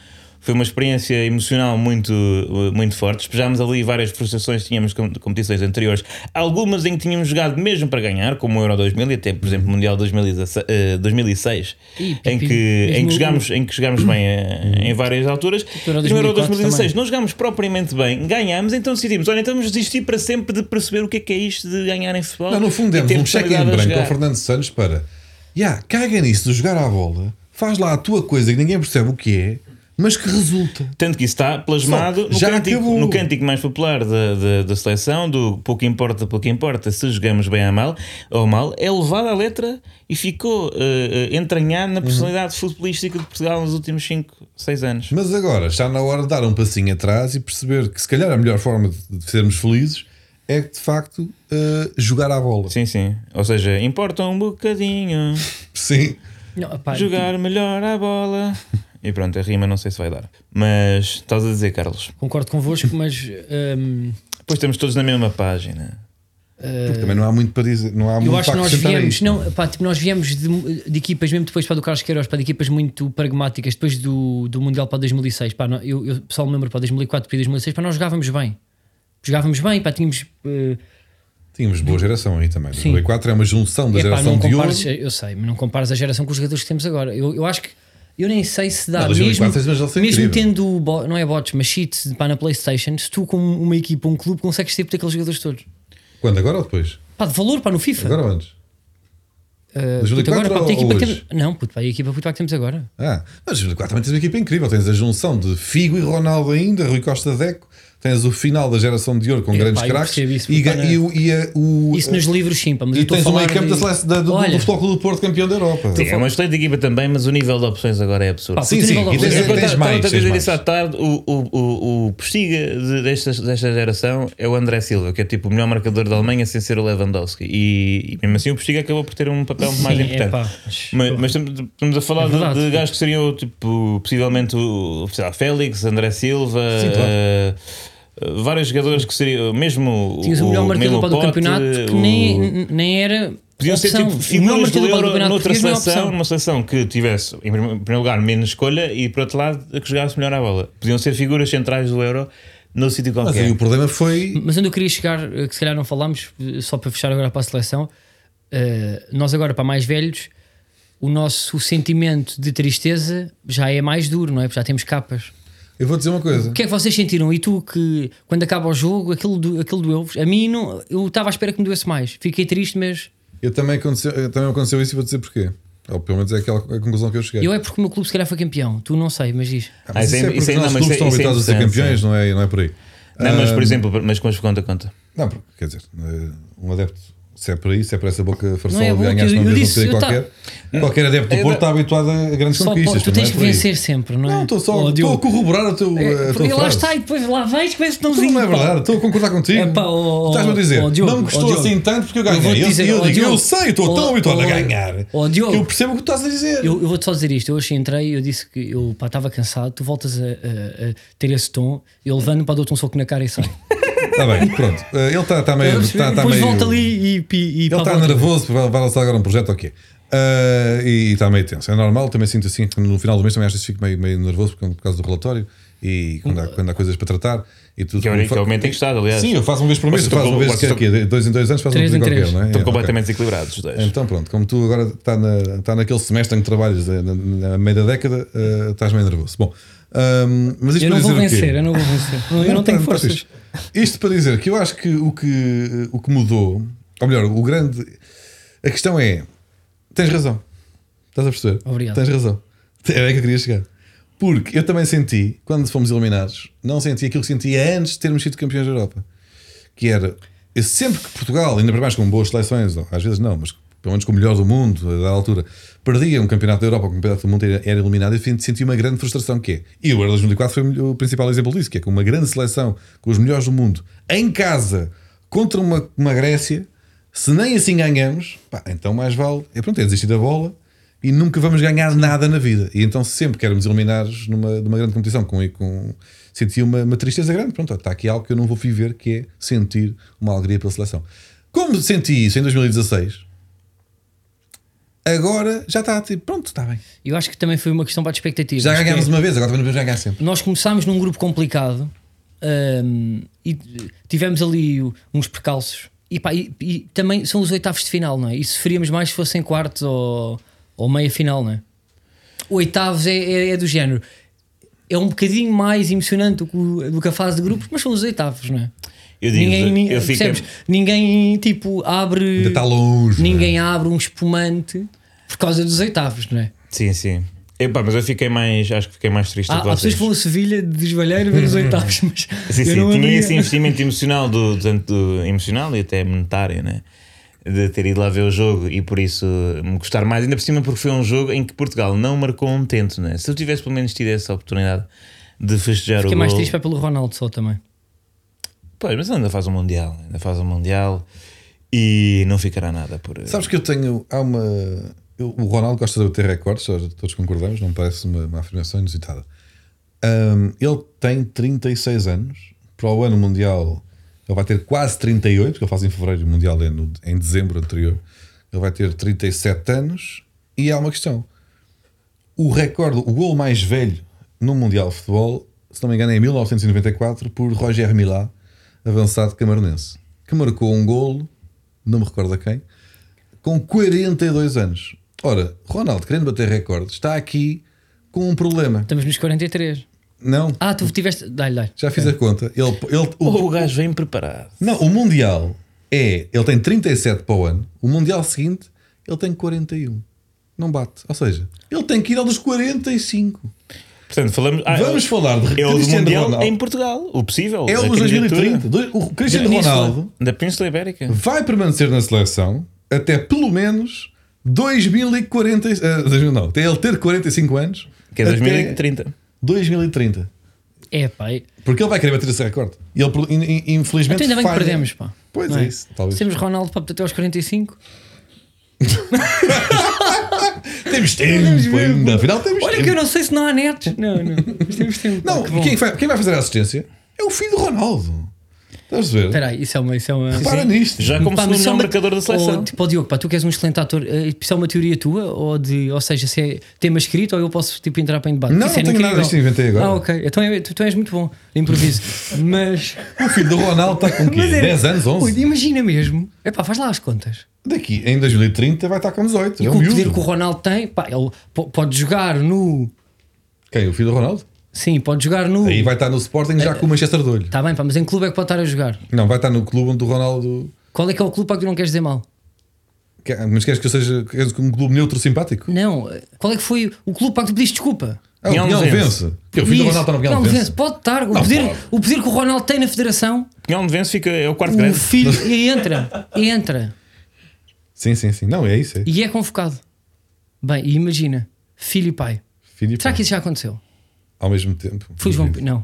Foi uma experiência emocional muito, eh, muito forte. Despejámos ali várias frustrações que tínhamos com competições anteriores, algumas em que tínhamos jogado mesmo para ganhar, como o Euro 2000 e até, por exemplo, o Mundial 2016, eh, 2006,
Ih,
em,
pipi.
que, em,
Mesmo o-
que
Hum.
jogámos, em que jogámos bem eh, em várias alturas.
Euro
E no
2004
Euro 2016
também.
não jogámos propriamente bem, ganhámos, então decidimos: olha, então vamos desistir para sempre de perceber o que é que é isto de ganhar em futebol.
Não, no fundo
E
demos um
termos
cheque em
qualidade a
branco
jogar.
ao Fernando Santos para "Ya, caga nisso de jogar à bola, faz lá a tua coisa que ninguém percebe o que é, mas que resulta.
Tanto que isso está plasmado no,
já
cântico,
acabou.
no cântico mais popular da, da, da seleção, do pouco importa, pouco importa, se jogamos bem ou mal, ou mal é levado à letra e ficou eh, eh, entranhado
Uhum.
na personalidade futebolística de Portugal nos últimos 5, 6 anos.
Mas agora está na hora de dar um passinho atrás e perceber que se calhar a melhor forma de de sermos felizes é de facto eh, jogar à bola.
Sim, sim. Ou seja, importa um bocadinho
Sim.
Não, pá,
jogar melhor à bola. E pronto, a rima não sei se vai dar. Mas estás a dizer, Carlos.
Concordo convosco, mas hum,
Depois estamos todos na mesma página.
Também não há muito para dizer, não há muito
eu acho que
para
nós
acrescentar a
viemos,
isto.
não, pá, tipo, nós viemos de, de equipas, mesmo depois para do Carlos Queiroz, para de equipas muito pragmáticas, depois do, do Mundial para 2006. Pá, não- eu, eu só me lembro para 2004 e 2006, para nós jogávamos bem. Jogávamos bem, pá, tínhamos. eh,
Tínhamos boa geração aí também.
Sim.
2004 é uma junção da
Epá,
geração
não
de um.
compares,
hoje.
Eu sei, mas não compares a geração com os jogadores que temos agora. Eu, eu acho que. Eu nem sei se dá.
Não, 2004 fez uma
mesmo
geração
mesmo
incrível.
tendo. bo- Não é bots, mas cheats pá, na PlayStation, se tu com uma equipa, um clube, consegues ter aqueles jogadores todos.
Quando? Agora ou depois?
Pá, de valor, pá, no FIFA.
Agora ou antes?
Ah, puto,
2004
agora, pá,
ou
tem equipa que
hoje?
temos- Não, puto, pá, a equipa puto, pá, que temos agora.
Ah, mas 2004 também tens uma equipa incrível. Tens a junção de Figo e Ronaldo ainda, Rui Costa Deco. Tens o final da geração de ouro com grandes
eu
craques.
percebo isso,
E,
mas
ga-
tá na-
e, o- e a- o-
Isso nos livros, sim, pá, mas
e
eu estou a
tens o
falar.
meio campo
de-
da seleção- da- do,
Olha,
do Futebol Clube do Porto campeão da Europa.
Sim, é uma excelente equipa também, mas o nível de opções agora é absurdo.
Pá,
Sim, sim. E
Futebol
tens,
Clube.
é Eu
tens
estava-
mais.
estava a
Tens
dizer
mais.
isso à tarde. O, o, o, o Postiga de- desta, desta geração é o André Silva, que é tipo o melhor marcador da Alemanha sem ser o Lewandowski. E, e mesmo assim o Postiga acabou por ter um papel
é
mais
Sim,
importante.
epá,
mas, mas estamos, estamos a falar
É
de-
verdade.
de, gajos que seriam tipo, possivelmente o sei lá, Félix, André Silva.
Sim, claro.
eh, eh, Vários jogadores que seriam mesmo
Tinhas o melhor marcador
Melo
pá, do
Pote,
campeonato que
o-
nem, nem era.
Podiam ser
opção.
tipo
O melhor
figuras do
marcador pá, do
Euro
campeonato
noutra
português não é
seleção,
opção.
numa seleção que tivesse, em prime- em primeiro lugar, menos escolha e, por outro lado, que jogasse melhor à bola. Podiam ser figuras centrais do Euro no sítio
Mas
qualquer. Ah,
aí o problema foi.
Mas onde eu queria chegar, eh, que se calhar não falámos, eh, só para fechar agora para a seleção, eh, nós agora para mais velhos, o nosso sentimento de tristeza já é mais duro, não é? Porque já temos capas.
Eu vou dizer uma coisa.
O que é que vocês sentiram? E tu que quando acaba o jogo, aquilo, do, aquilo doeu-vos? A mim não, eu estava à espera que me doesse mais. Fiquei triste, mas
Eu também, aconteceu, eu também aconteceu isso e vou dizer porquê. Ou pelo menos é aquela a conclusão que eu cheguei.
eu é porque o meu clube se calhar foi campeão. Tu não sei, mas diz.
Ah, mas
Ah, isso é-
isso é porque
isso é-
os nossos
não, mas
clubes
isso é-
estão
isso é
habituados a ser
interessante,
campeões, não é, não é por aí. Ah,
Não, mas, por exemplo, mas com as conta, conta.
Não, porque, quer dizer, eh, um adepto, se é por aí, se é por essa boca farsola
Não é
de
boca,
ganhar, se
eu-
não
eu
mesmo
disse,
sei
eu
um
tá-
qualquer. Qualquer adepto do
eu-
Porto está habituado a grandes
Só pode-
conquistas.
tu
não
tens
é
que
por aí.
vencer sempre, não é?
Não, estou só
Ó,
estou
Diogo,
a corroborar o teu.
é,
a tua
porque lá
frase.
está e depois lá vais com esse
Então
tãozinho.
não é
pá.
verdade, estou a concordar contigo.
Epá, ó,
Estás-me a dizer,
ó, Diogo,
não me
ó,
gostou
Diogo.
assim tanto porque eu ganhei.
vou-te
Eu,
dizer,
eu
ó,
digo,
Diogo.
eu sei, estou
Ó,
tão habituado
ó,
a ganhar.
ó,
que
Diogo.
eu percebo o que tu estás a dizer.
Eu, eu vou-te só dizer isto. Eu hoje entrei, eu disse que eu pá, estava cansado. Tu voltas a, a- a ter esse tom. Eu levando para dou-te um soco na cara e sai.
Está bem, pronto. Eh, Ele está está meio. está- está
Tá Depois
meio-
volta ali e. e, e
Ele está nervoso, porque vai vai lançar agora um projeto ou quê? Ah, e está meio tenso. É normal, também sinto assim que no final do mês também às vezes fico meio, meio nervoso por por causa do relatório e quando há, quando há coisas para tratar e tudo.
Que é o único momento em que estado, aliás.
Sim, eu faço uma vez por mês,
Vocês
tu fazes
estão
uma vez
com-
que é
vocês
aqui, dois em dois anos faz uma
Três
coisa
em
qualquer,
três.
não é?
Estão
É,
completamente desequilibrados os dois.
ok. Então pronto, como tu agora está na, está naquele semestre em que trabalhas eh, na, na meia da década, eh, estás meio nervoso. Bom, ahm, mas isto
Eu
para
não
dizer
vou
o quê?
vencer, eu não vou vencer. Não, eu não tenho
tá- tá
forças.
fixe. Isto para dizer que eu acho que o que, o que mudou, ou melhor, o grande. A questão é: tens razão. Estás a perceber?
Obrigado.
Tens razão. Era aí que eu queria chegar. Porque eu também senti, quando fomos eliminados, não senti aquilo que sentia antes de termos sido campeões da Europa. Que era, eu sempre que Portugal, ainda para mais com boas seleções, ou às vezes não, mas pelo menos com o melhor do mundo, a dada altura, perdia um campeonato da Europa, um campeonato do mundo era era eliminado, eu senti- senti uma grande frustração que é. E o Euro 2004 foi o principal exemplo disso, que é com uma grande seleção, com os melhores do mundo, em casa, contra uma, uma Grécia, se nem assim ganhamos, pá, então mais vale. É pronto, é desistir da bola e nunca vamos ganhar nada na vida. E então, se sempre que éramos eliminados numa, numa grande competição, com, com, sentia uma, uma tristeza grande. Pronto, está aqui algo que eu não vou viver, que é sentir uma alegria pela seleção. Como senti isso em 2016, agora já está tipo, pronto, está bem.
Eu acho que também foi uma questão para de expectativas.
Já
que
ganhámos
é-
uma vez, agora também não vamos ganhar sempre.
Nós começámos num grupo complicado hum, e tivemos ali o- uns percalços. E, pá, e- e também são os oitavos de final, não é? E sofríamos mais se fossem quartos ou, ou meia final, não é? Oitavos é, é- é do género. É um bocadinho mais emocionante do que, o- do que a fase de grupos, mas são os oitavos, não é?
Eu digo,
Ninguém, ni-
eu fiquei,
percebes? ninguém tipo abre.
Ainda está longe. é?
Ninguém abre um espumante por causa dos oitavos, não é?
Sim, sim. Epá, mas eu fiquei mais, acho que fiquei mais triste
Há,
do que
há pessoas
vocês.
que vão a Sevilha de desvalheiro ver os oitavos, mas
Sim, assim
eu
sim,
não
tinha
andaria.
esse investimento emocional, do, tanto do- emocional e até monetário, né? De ter ido lá ver o jogo e por isso me gostar mais, ainda por cima porque foi um jogo em que Portugal não marcou um tento, né? Se eu tivesse pelo menos tido essa oportunidade de festejar
Fiquei
o
mais
gol-
triste é pelo Ronaldo só também.
Pois, mas ele ainda faz um Mundial, ainda faz um Mundial e não ficará nada por.
Sabes que eu tenho. Há uma. eu- o Ronaldo gosta de bater recordes, só- todos concordamos, não me parece uma, uma afirmação inusitada. Ahm, ele tem 36 anos, para o ano mundial ele vai ter quase 38, porque ele faz em fevereiro, o mundial é no- em dezembro anterior. Ele vai ter 37 anos e há uma questão. O recorde, o gol mais velho no Mundial de Futebol, se não me engano, é em 1994 por Roger Milá, avançado camaronense, que marcou um golo, não me recordo a quem, com 42 anos. Ora, Ronaldo, querendo bater recordes, está aqui com um problema.
Estamos nos 43.
Não,
Ah, tu tiveste. Dá-lhe, dá-lhe.
já fiz a conta. Ele, ele, o-
Ou o gajo vem preparado.
não, o Mundial é. Ele tem 37 para o ano. O Mundial seguinte, ele tem 41. Não bate. Ou seja, ele tem que ir ao dos 45.
Portanto, falamos. ah,
Vamos
é o-
falar de
é o do
Cristiano
Mundial
Ronaldo.
em Portugal, o possível.
É
da
o dos
candidatura
2030. Do- O Cristiano
Da Península.
Ronaldo
Da Península Ibérica.
vai permanecer na seleção até pelo menos 2040. eh, 2000 não, até ele ter 45 anos.
Que é
até
2030.
2030.
É, pá. e-
Porque ele vai querer bater esse recorde. E ele, in- in- infelizmente.
Então ainda bem que
falha.
perdemos, pá.
Pois
Não
é, isso. Talvez.
Temos Ronaldo para até aos 45.
Temos tempo ainda. Afinal, temos
Olha
tempo.
que eu não sei se não há netos. Não, não. Mas temos tempo. pá,
Não,
que bom.
quem, vai, quem vai fazer a assistência é o filho do Ronaldo. Estás a ver?
Espera aí, isso é uma. Isso é uma...
Repara nisto.
Já como
Pá, mas
segundo
isso é uma-
melhor um marcador da
Oh,
seleção.
tipo, oh, Diogo, pá, tu que és um excelente ator, eh, isso é uma teoria tua? Ou, de, ou seja, se é tema escrito ou eu posso tipo, entrar para em debate?
Não, não
Isso era
tenho nada
incrível.
disto, inventei agora.
Ah, ok. Então é- tu, tu és muito bom de improviso. mas.
O filho do Ronaldo está com quê?
mas era-
10 anos, 11?
Ui, Imagina mesmo. Epá, faz lá as contas.
Daqui em 2030 vai estar com 18.
E
é um
com o
miúdo.
poder que o Ronaldo tem, pá, ele po- pode jogar no.
Quem? O filho do Ronaldo?
Sim, pode jogar no.
Aí vai estar no Sporting já com o Manchester de olho.
Está bem, pá, mas em que clube é que pode estar a jogar?
Não, vai estar no clube onde o Ronaldo.
Qual é que é o clube para que tu não queres dizer mal?
Que- é, Mas queres que eu seja queres um clube neutro simpático?
Não, qual é que foi o clube para que tu pediste desculpa?
Ah, o
Pinhal
Pinhal
vence.
vence. Que o filho do
Isso.
Ronaldo está no Pinhal
Não,
vence.
vence. Pode estar. O
Não
poder,
pode.
o poder que o Ronaldo tem na Federação,
Pinhal de Vence fica, é o quarto
o
grande.
Um filho e entra. e entra.
Sim, sim, sim. Não, é isso. É.
E é convocado. Bem, e imagina, filho e pai.
Filho e
Será
pai.
que isso já aconteceu?
Ao mesmo tempo.
Foi o João Pinto. Não,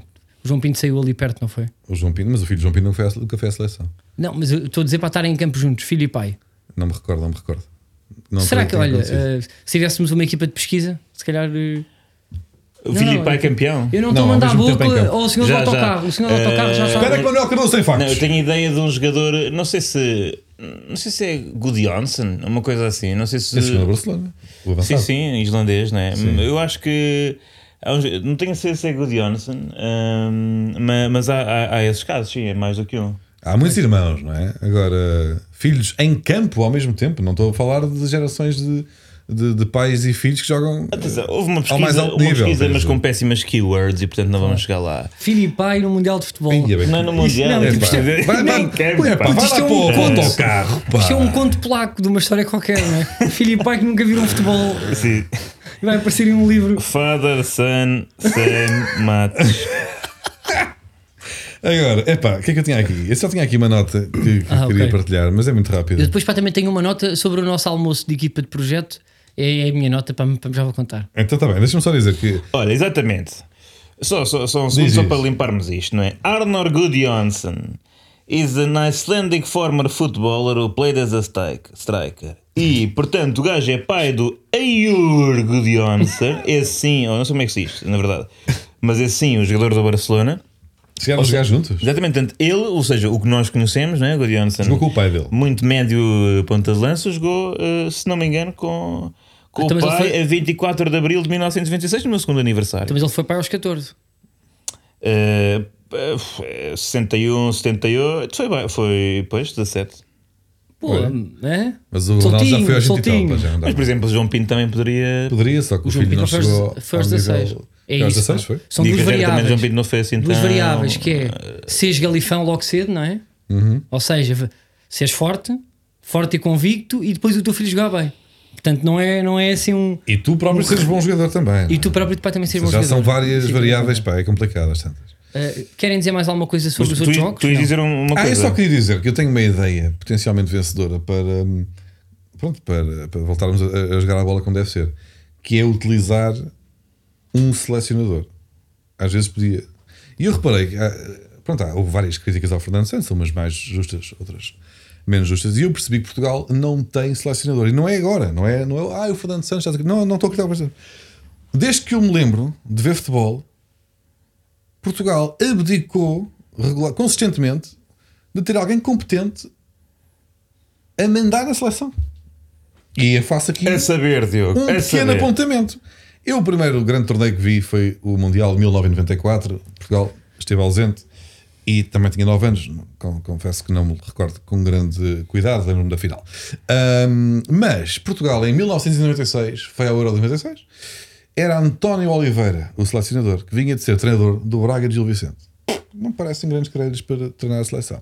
o João Pinto saiu ali perto, não foi?
O João Pinto, mas o filho do João Pinto não foi à- nunca foi à seleção.
Não, mas eu estou a dizer para estarem em campo juntos, filho e pai.
Não me recordo, não me recordo. Não assim
Será
creio
que,
tenha
olha,
acontecido.
eh, se tivéssemos uma equipa de pesquisa, se calhar. eh,
O
não,
filho e pai
eu-
campeão.
Eu não
Não,
estou a
ao
mandar a
mesmo tempo em
boca
campo.
ao senhor
Já,
do
já.
autocarro. O senhor do
Eh,
autocarro já
Espera
sabe.
é que o Manuel Cardoso tem
Não,
factos.
eu tenho a ideia de um jogador, não sei se. Não sei se é Gudjonsson, uma coisa assim. Não sei se.
Esse jogador do Barcelona. O
Sim,
avançado.
sim, islandês, né? Eu acho que. há uns- Não tenho certeza se é Gudjonsson, hum, ma- mas há, há, há esses casos, sim, é mais do que um.
Há muitos irmãos, não é? Agora, filhos em campo ao mesmo tempo. Não estou a falar de gerações de, de, de pais e filhos que jogam.
Atenção, Houve uma pesquisa,
mais alto
uma
nível,
pesquisa
tens
mas
o-
com péssimas keywords e portanto não vamos chegar lá.
Filho e pai no Mundial de Futebol.
Ia bem.
Não é no Mundial,
não,
É,
é,
tipo,
pá.
pá.
Vai, vai,
Nem quero,
Ué,
pá.
pá, vai
isto
lá
é um
para o
conto.
autocarro, pá.
Isto é um conto polaco de uma história qualquer, não é? Filho e pai que nunca viram futebol
Sim.
e vai aparecer em um livro.
Father, son, Sam, Matos.
Agora, epá, o que é que eu tinha aqui? Eu só tinha aqui uma nota que, que
Ah,
queria
ok.
partilhar, mas é muito rápida.
Eu depois pá, também tenho uma nota sobre o nosso almoço de equipa de projeto. É a minha nota, pá, pá, já vou contar.
Então está bem, deixa-me só dizer que
Olha, exatamente. Só, só, só um segundo,
Diz
só
isso.
para limparmos isto, não é? Arnor Gudjonsson is an Icelandic former footballer who played as a strike- striker. E, portanto, o gajo é pai do Ayur Gudjonsson. Esse sim, eu não sei como é que se diz, na verdade. Mas esse sim, o jogador do Barcelona.
Chegaram a jogar juntos.
Exatamente, portanto, ele, ou seja, o que nós conhecemos, né, o Gary Johnson,
Jogou com o pai dele.
muito médio eh, ponta de lança, jogou, eh, se não me engano, com, com
Então,
o
mas ele
pai
foi-
a 24 de abril de 1926, no meu segundo aniversário.
Então, mas ele foi para aos 14.
Eh, eh, 61, 78, foi, bem, foi pois, 17.
Pô, é?
Mas o Ronaldo já foi aos 20 e tal. pá, já não dá
Mas, por
mais.
exemplo, o João Pinto também poderia.
Poderia, só que o,
O João
filho
Pinto
não
foi
chegou.
aos- foi aos
ao nível-
16. É
Foi aos
isso.
16, foi?
São
Digo
duas
que também o João Pinto
variáveis.
não foi assim
Duas
tão-
variáveis, que é seres galifão logo cedo, não é?
Uhum.
Ou seja, v- seres forte, forte e convicto, e depois o teu filho jogar bem. Portanto, não é, não é assim um.
E tu próprio seres bom jogador também. não é?
E tu próprio pai também ser bom
Já são
jogador.
várias
Sim.
variáveis, pá, é complicado às tantas.
Eh, querem dizer mais alguma coisa
Mas
sobre os
tu,
outros
tu,
jogos?
ias
Não.
dizer uma
Ah, eu
coisa.
só queria dizer que eu tenho uma ideia potencialmente vencedora para, hum, pronto, para, para voltarmos a, a jogar a bola como deve ser, que é utilizar um selecionador. Às vezes podia. E eu reparei que ah, pronto, há- houve várias críticas ao Fernando Santos, umas mais justas, outras menos justas, e eu percebi que Portugal não tem selecionador. E não é agora, não é, não é ah, o Fernando Santos está a dizer que-" Não, não estou a acreditar. mas- Desde que eu me lembro de ver futebol, Portugal abdicou regular, consistentemente de ter alguém competente a mandar na seleção. E eu faço aqui
A saber, Diogo.
um
a
pequeno
saber.
apontamento. Eu, o primeiro grande torneio que vi foi o Mundial de 1994. Portugal esteve ausente e também tinha 9 anos. Com- Confesso que não me recordo com grande cuidado, lembro-me da final. Ahm, mas Portugal, em 1996, foi ao Euro de 96. Era António Oliveira, o selecionador, que vinha de ser treinador do Braga de Gil Vicente. Não parecem grandes créditos para treinar a seleção.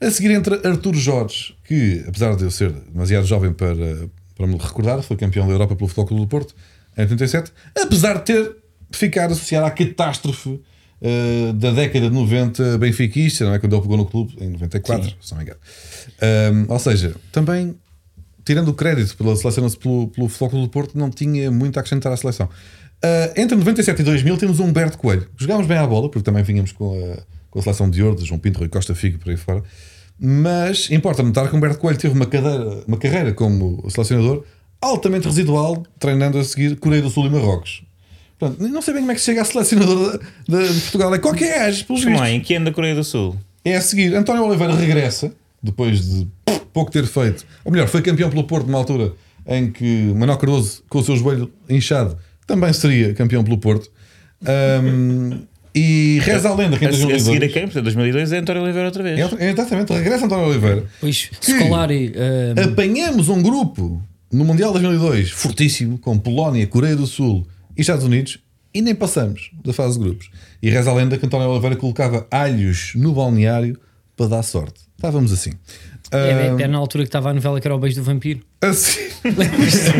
A seguir entra Artur Jorge, que, apesar de eu ser demasiado jovem para, para me recordar, foi campeão da Europa pelo Futebol Clube do Porto em 87, apesar de ter ficado associado à catástrofe eh, da década de 90 benfiquista, não é? Quando ele pegou no clube em 94, se não me engano. Ahm, ou seja, também tirando o crédito pela seleção pelo, pelo Futebol Clube do Porto, não tinha muito a acrescentar à seleção. Ah, entre 97 e 2000 temos o Humberto Coelho. Jogámos bem à bola, porque também vinhamos com a, com a seleção de ouro, de João Pinto, Rui Costa, Figo, por aí fora. Mas importa notar que o Humberto Coelho teve uma, cadeira, uma carreira como selecionador altamente residual, treinando a seguir Coreia do Sul e Marrocos. Portanto, não sei bem como é que se chega a selecionador de, de- de Portugal. É qualquer gajo, pelos
Vamos
vistos.
lá, em que anda a Coreia do Sul?
É a seguir, António Oliveira regressa, depois de pouco ter feito, ou melhor, foi campeão pelo Porto numa altura em que Manuel Cardoso, com o seu joelho inchado, também seria campeão pelo Porto. Ahm, e reza a lenda que em
A, a seguir a
2002...
quem? Portanto, 2002 é António Oliveira outra vez.
É, Exatamente, regressa António Oliveira.
Pois, Scolari, eh,
Apanhamos um grupo no Mundial 2002, fortíssimo, com Polónia, Coreia do Sul e Estados Unidos, e nem passamos da fase de grupos. E reza a lenda que António Oliveira colocava alhos no balneário para dar sorte. Estávamos assim.
é-
Ah,
era na altura que estava a novela que era o beijo do vampiro.
a seguir,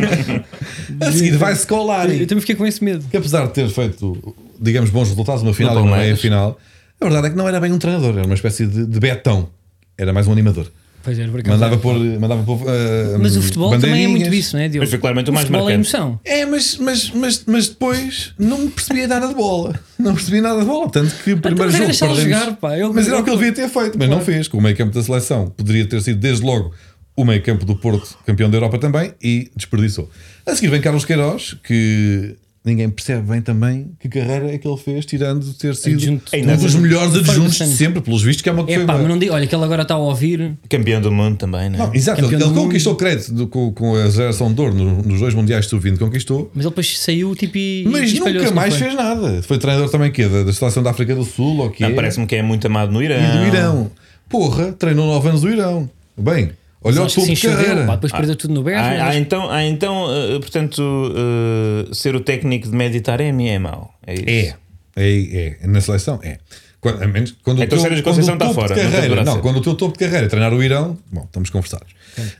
a seguir vai
Eu
Scolari,
também fiquei com esse medo.
que apesar de ter feito, digamos, bons resultados, uma final e uma
Palmeiras.
meia final, a verdade é que não era bem um treinador, era uma espécie de, de betão. Era mais um animador.
Pois é, por acaso.
Mandava pôr. Mandava pôr ah,
Mas o futebol também é muito
bandeirinhas.
isso, não é, Diogo?
Mas foi claramente o mais
futebol é
marcante.
emoção.
É, mas, mas, mas, mas depois não percebia nada de bola. Não percebia nada de bola. Tanto que o primeiro
Então, mas era
jogo
só
perdemos.
jogar, pá. Ele-
mas era o que ele devia ter feito, mas não fez. Com o meio campo da seleção poderia ter sido desde logo o meio campo do Porto, campeão da Europa também, e desperdiçou. A seguir vem Carlos Queiroz, que ninguém percebe bem também que carreira é que ele fez, tirando de ter sido
Adjunto.
um dos melhores adjuntos de
Ferguson.
sempre, pelos vistos, que é uma que
É
foi
pá,
uma-
mas não digo, olha, que ele agora está a ouvir.
Campeão do mundo também, né?
Não, exato,
é Campeão
ele
do mundo.
conquistou crédito do- com, com a geração de ouro no- nos dois mundiais que tu vindo conquistou,
Mas ele depois saiu tipo e.
Mas
e espalhou-se,
nunca
não
mais
foi?
fez nada. Foi treinador também quê? Da, da seleção da África do Sul ou quê?
Não, Parece-me que é muito amado no Irã.
E do Irão. Porra, treinou 9 anos do Irão. Bem, olha o
Acho que
topo
se
de carreira.
enxergou, pá, depois perdeu tudo no Bergman.
Há, há então, há então eh, portanto, eh, ser o técnico de Medi Taremi é mau. É. Isso.
É. é. É. Na seleção, é. Quando, a menos, quando
Então
o teu,
Sérgio
quando
Conceição
o
está
topo
fora,
de
não tem
carreira,
graça.
não, quando o teu topo de carreira é treinar o Irão, bom, estamos conversados.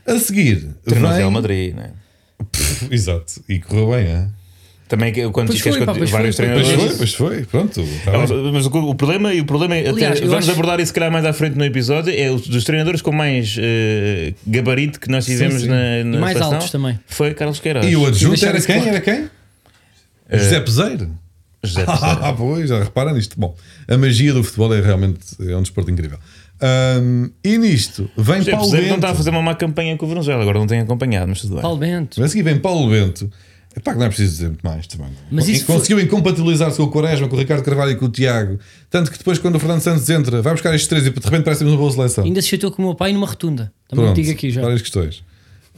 A seguir,
Treinou o
vem-
Real Madrid, né?
Exato, e correu bem, é?
Também que- quando
Pois
tu queres
foi, pá,
con-
pois
vários
foi,
Pois
Mas-
foi,
treinadores.
pois foi, pronto. tá
Mas,
bem.
mas o, co- o problema, e o problema é
Aliás,
até,
eu
vamos
acho-
abordar isso se calhar mais à frente no episódio, é os dos treinadores com mais eh, gabarito que nós tivemos
sim.
na, na
E mais
seleção,
altos também.
Foi Carlos Queiroz.
E o adjunto
deixar
era
esse
quem?
corte.
Era quem?
É.
José Peseiro.
José Pessoa.
Ah, pois, já repara nisto. Bom, a magia do futebol é realmente é um desporto incrível. Ahm, e nisto vem
José
Paulo
Pessoa tá
Bento.
não está a fazer uma má campanha com o Venezuela, agora não tem acompanhado, mas tudo bem.
Paulo Bento.
A seguir vem Paulo Bento, Epá, que não é preciso dizer muito mais também.
Mas isso foi-
Conseguiu incompatibilizar-se com o Quaresma, com o Ricardo Carvalho e com o Tiago. Tanto que depois, quando o Fernando Santos entra, vai buscar estes três e de repente parece uma boa seleção.
Ainda se chateou com o meu pai numa rotunda. Também
Pronto,
te digo aqui já.
várias questões.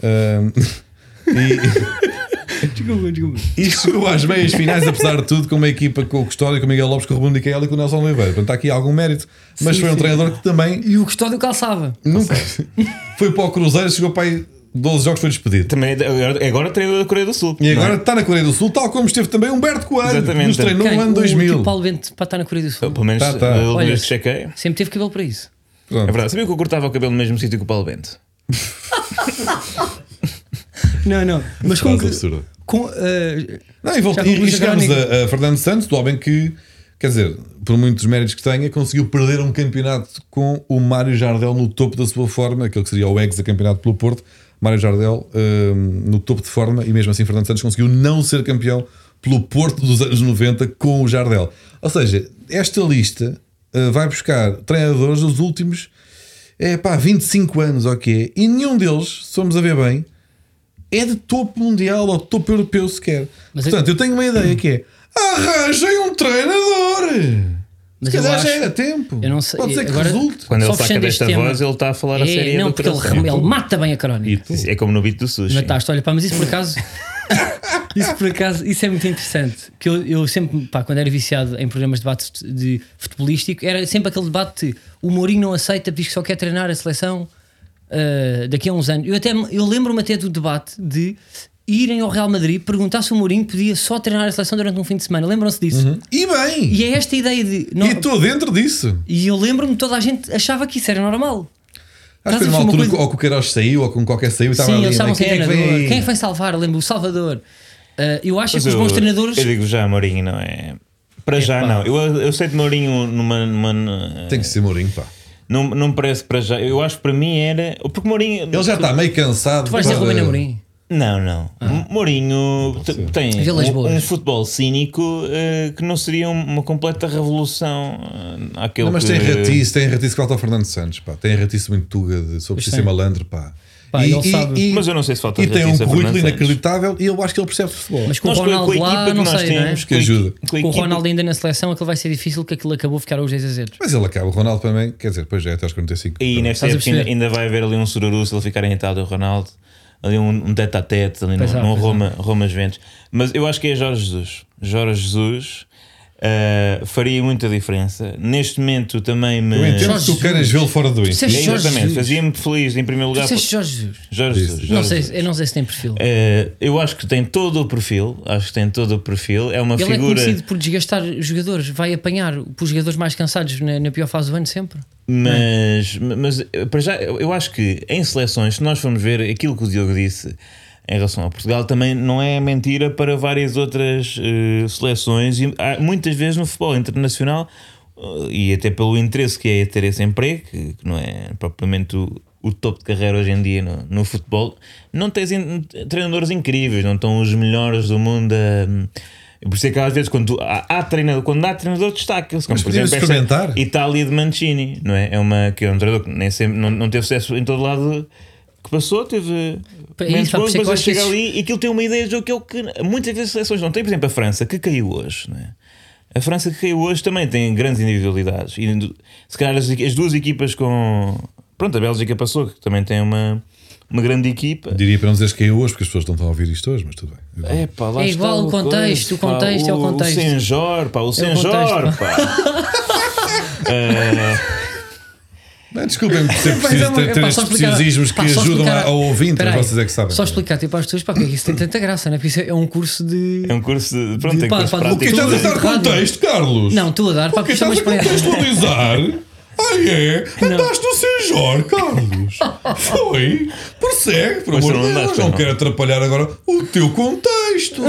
Ahm,
Desculpa, desculpa.
e chegou às meias finais, apesar de tudo, com uma equipa com o Custódio, com o Miguel Lopes, com o Rubem Micael e com o Nelson Oliveira. Portanto, há aqui algum mérito. Mas
Sim,
foi um
sim.
treinador que também
E o Custódio calçava.
nunca foi Tá para o Cruzeiro, chegou para aí 12 jogos, foi despedido.
Também é agora, agora treinador da Coreia do Sul.
E
não
agora
é?
está na Coreia do Sul, tal como esteve também Humberto Coelho, que
Exatamente.
nos treinou
Quem?
no ano
O
2000.
tipo Paulo Bento para estar na Coreia do Sul.
Pelo menos
Tá, tá.
eu
Olha,
desde que chequei. É
Sempre teve cabelo para isso.
Pronto.
verdade. Sabia que eu cortava o cabelo no mesmo sítio que o Paulo Bento?
Não, não.
é
Mas com,
Frase
que,
absurda.
com eh,
Não, e, volta,
Já
e-
concluíste
e
a
chegamos
crónica?
a, a Fernando Santos, do homem que, quer dizer, por muitos méritos que tenha, conseguiu perder um campeonato com o Mário Jardel no topo da sua forma, aquele que seria o ex-campeonato pelo Porto. Mário Jardel hum, no topo de forma, e mesmo assim Fernando Santos conseguiu não ser campeão pelo Porto dos anos 90 com o Jardel. Ou seja, esta lista uh, vai buscar treinadores dos últimos é pá, 25 anos, ok. E nenhum deles, se formos a ver bem, é de topo mundial ou topo europeu sequer.
Mas é-
Portanto, eu tenho uma ideia que é arranjem um treinador.
Mas
se
eu
calhar já
acho-
era tempo.
eu não sei-
Pode ser que
agora-
resulte.
Quando
Só
ele saca
fechando
desta
este
voz,
tema.
ele está a falar a série
é, não,
do
porque ele, tá
coração.
ele mata bem a crónica.
É como no beat do sushi.
Mataste, olha, pá, mas isso por acaso. isso por acaso, isso é muito interessante. Que eu, eu sempre, pá, quando era viciado em programas de debate de futebolístico, era sempre aquele debate de o Mourinho não aceita, diz que só quer treinar a seleção ah, daqui a uns anos. Eu, até me- eu lembro-me até do debate de irem ao Real Madrid perguntar se o Mourinho podia só treinar a seleção durante um fim de semana. Lembram-se disso?
E bem,
E é esta ideia de. não-
Uhum. e estou dentro disso.
e eu lembro-me, toda a gente achava que isso era normal.
Acho que
Estás a
numa
ver uma
altura
coisa-
ou que o Queiroz saiu ou com qualquer saiu. estava
Sim,
ali,
eles estavam
né?
sem
quem é que
treinador.
vem aí?
Quem foi salvar? Lembro, o Salvador. Ah, eu acho
Mas
que os
eu-
bons treinadores.
Eu digo já, Mourinho, não é? Para já não. Eu, eu sei de Mourinho numa. numa
Tem que ser Mourinho, pá.
não, não me parece para já. Eu acho que para mim era. Porque Mourinho.
Ele já Ah. está meio cansado.
Tu vais dizer
pá,
Rubén
de-
Amorim.
Não, não. Mourinho te- tem
Vilas
um,
Boas.
um futebol cínico eh, que não seria um- uma completa revolução eh, àquele
Não, mas
que-
tem ratice, tem ratice que falta ao Fernando Santos, pá. Tem ratice muito tuga de sobre ser
tem.
malandro, pá.
Pá, ele sabe.
Mas eu não sei se falta
E tem um
ratice a
currículo
Fernando Santos.
inacreditável e eu acho que ele percebe de futebol.
Mas com
Nós
o
com a- com a
Ronaldo
equipa
lá,
que
não
nós
sei, não é?
temos,
Que
a equi-
ajuda.
a
Com o
equipa-
Ronaldo ainda na seleção, aquilo vai ser difícil, que aquilo acabou a ficar aos 10 a 0.
Mas ele acaba, o Ronaldo também, quer dizer, depois já é até aos 45.
E nesta
Estás a
época ainda,
perceber?
ainda vai haver ali um sururu se ele ficar irritado o Ronaldo. Ali um, um tete a tete, ali
Pois
num
é,
num
pois é.
Roma, Roma Juventus. Mas eu acho que é Jorge Jesus. Jorge Jesus ah, faria muita diferença. Neste momento também me.
eu entendo
Jorge
que tu
Jesus.
queres vê-lo fora do
Isso é
índice.
Jorge
Exatamente,
Jesus.
fazia-me feliz em primeiro lugar.
Disseste Jorge Jesus.
Jorge Jesus.
Disse.
Não
Jorge
sei,
Jesus.
eu não sei se tem perfil.
Eh, eu acho que tem todo o perfil. Acho que tem todo o perfil. É uma
Ele é
figura.
conhecido por desgastar os jogadores, vai apanhar os jogadores mais cansados na, na pior fase do ano sempre.
Mas, mas eh, para já, eu eu acho que em seleções, se nós formos ver aquilo que o Diogo disse em relação a Portugal, também não é mentira para várias outras eh, seleções, e há, muitas vezes no futebol internacional, eh, e até pelo interesse que é ter esse emprego, que, que não é propriamente o, o topo de carreira hoje em dia no, no futebol, não tens in- treinadores incríveis, não estão os melhores do mundo a. Por isso é que às vezes quando tu- há, há treinador, quando há treinador destaca-se, como
Mas
por
podíamos
exemplo esta
experimentar.
Itália de Mancini, não é? É uma que é um treinador que nem sempre não, não teve sucesso em todo lado que passou, teve
Pá, é
menos
isso, pá, por
bons,
isso é que
mas
eu
ele
acho que
chega
esses-
ali e aquilo tem uma ideia de jogo que é o que muitas vezes as seleções não têm, por exemplo, a França que caiu hoje, não é? A França que caiu hoje também tem grandes individualidades. E se calhar as, as duas equipas com. Pronto, a Bélgica passou, que também tem uma, uma grande equipa.
Diria para não dizeres quem é hoje, porque as pessoas não estão a ouvir isto hoje, mas tudo bem.
É, pá, lá
É
está
igual o
coisa,
contexto,
pá,
o contexto é o contexto. É
O Senjor, pá, o Senjor,
contexto,
pá. Eh,
Não, Desculpem-me por ser
Mas é
preciso
uma-
ter, ter
pá, só
estes
explicar-
preciosismos que
pá, só
ajudam
explicar-
a- ao ouvinte,
Espera
mas
aí,
vocês é que sabem.
Só explicar tipo às pessoas, pá, porque é que isso tem tanta graça, não é? Porque isso é um curso de.
É um curso de. Pronto,
De-
é
pá,
curso
pá,
O que estás
prático.
a dar
Rádio.
contexto, Carlos?
Não, estou a dar, pá,
O que
porque isto é uma
estás a
experiência.
contextualizar? Ah é? Andaste no Senjor, Carlos? Foi? Prossegue, por
Pois
amor
não
de Deus,
andaste,
não
não.
quero atrapalhar agora o teu contexto.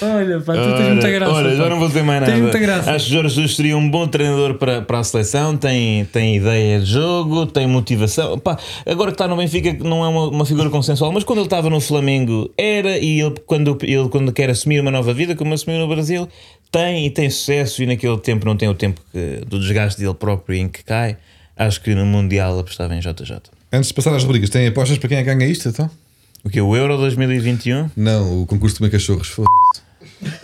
Olha, pá, tu tens
Ora,
muita graça.
ora, já
pá.
não vou dizer mais nada.
Tens muita graça.
Acho que Jorge Jesus seria um bom treinador para, para a seleção. Tem, tem ideia de jogo, tem motivação. Pá, agora que está no Benfica, que não é uma, uma figura consensual, mas quando ele estava no Flamengo era. E ele quando, ele, quando quer assumir uma nova vida, como assumiu no Brasil, tem e tem sucesso. E naquele tempo não tem o tempo que- do desgaste dele próprio em que cai. Acho que no Mundial apostava em JJ.
Antes de passar às rubricas, têm apostas para quem é que ganha isto, então?
O que? O Euro 2021?
Não, o concurso de comer cachorros. Foda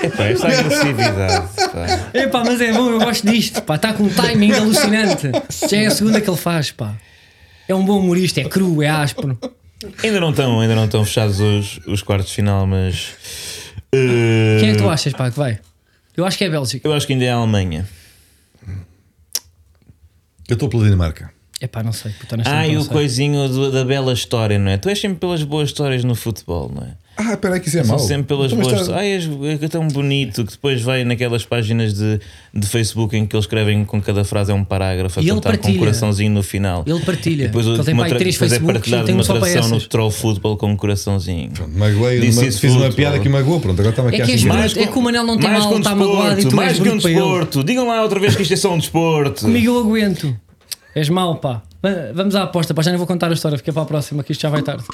Epá, esta agressividade. pá.
Epá, mas é bom, eu gosto disto, pá. Está com um timing alucinante. Já é a segunda que ele faz, pá. É um bom humorista, é cru, é áspero.
Ainda não estão, ainda não estão fechados os, os quartos de final, mas. eh,
Quem é que tu achas, pá, que vai? Eu acho que é a Bélgica.
Eu acho que ainda é a Alemanha.
Eu estou pela Dinamarca.
Epá, não sei, puta,
Ah, e
não
o
sei.
coisinho do- da bela história, não é? Tu és sempre pelas boas histórias no futebol, não é?
Ah, espera aí que isso é
São
mau.
sempre pelas
Então, mas
boas
está-
histórias. Ai, és é tão bonito que depois vai naquelas páginas de, de Facebook em que eles escrevem com cada frase é um parágrafo a
E ele
contar com um
partilha.
coraçãozinho no final.
Ele partilha.
E depois
Ele tem
uma
pá, aí
tra-
três
depois é
Facebooks e
partilhado
tem um
uma
só para
tradução no
essas.
Troll Football com um coraçãozinho.
Pronto, magoei,
Disse
ma-
isso
fiz uma
tudo,
piada
Paulo.
que magoou, pronto, agora está-me aqui
É
a
que és
sentir.
bruto. é que o Manel não tem
mais
mal,
que um
está magoado e tu
desporto, mais
és
que um
bruto para ele.
desporto. Digam lá outra vez que isto é só um desporto.
Comigo eu aguento. És mau, pá. Va- Vamos à aposta, pá. Já nem vou contar a história, fica para a próxima, que isto já vai tarde.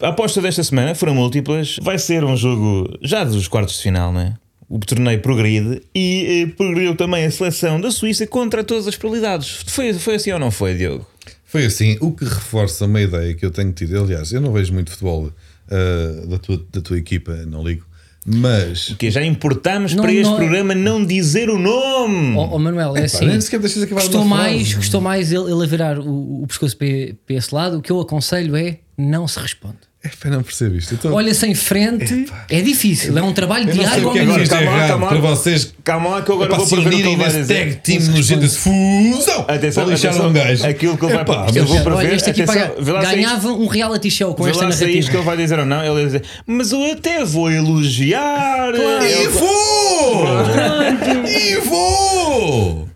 A aposta desta semana foram múltiplas. Vai ser um jogo já dos quartos de final, não é? O torneio progride e eh, progrediu também a seleção da Suíça contra todas as probabilidades. Foi, foi assim ou não foi, Diogo?
Foi assim, o que reforça uma ideia que eu tenho tido. Aliás, eu não vejo muito futebol ah, da, tua, da tua equipa, não ligo. Mas.
Que já importámos
Não,
para este
não- é-
programa não dizer o nome.
Ó ó, Manuel, é
Pá, nem
assim.
sequer deixas acabar
Gostou
uma
mais,
frase.
gostou mais ele, ele a virar o, o pescoço para, para esse lado. O que eu aconselho é não se responde.
É, pá, não percebo isto. Eu tô-
Olha-se em frente, é difícil, é um trabalho
eu não sei
diário.
o que é que
agora,
fiz de
calma lá,
errado
calma lá.
para vocês É
Calma lá que eu agora
para
vou
se
para ver o que
unirem
ele vai
nesse
dizer.
tag team nojento de fusão.
Atenção,
Para lixar
atenção,
um gajo.
aquilo que ele vai
Epá,
para- eu vou para-
Olha,
ver,
esta equipa
atenção, vê lá se é
ganhava um reality show com
Vê
esta
lá se é isto que
narrativa.
ele vai dizer ou não. Ele vai dizer, mas eu até vou elogiar.
E
Eu-
vou! E vou!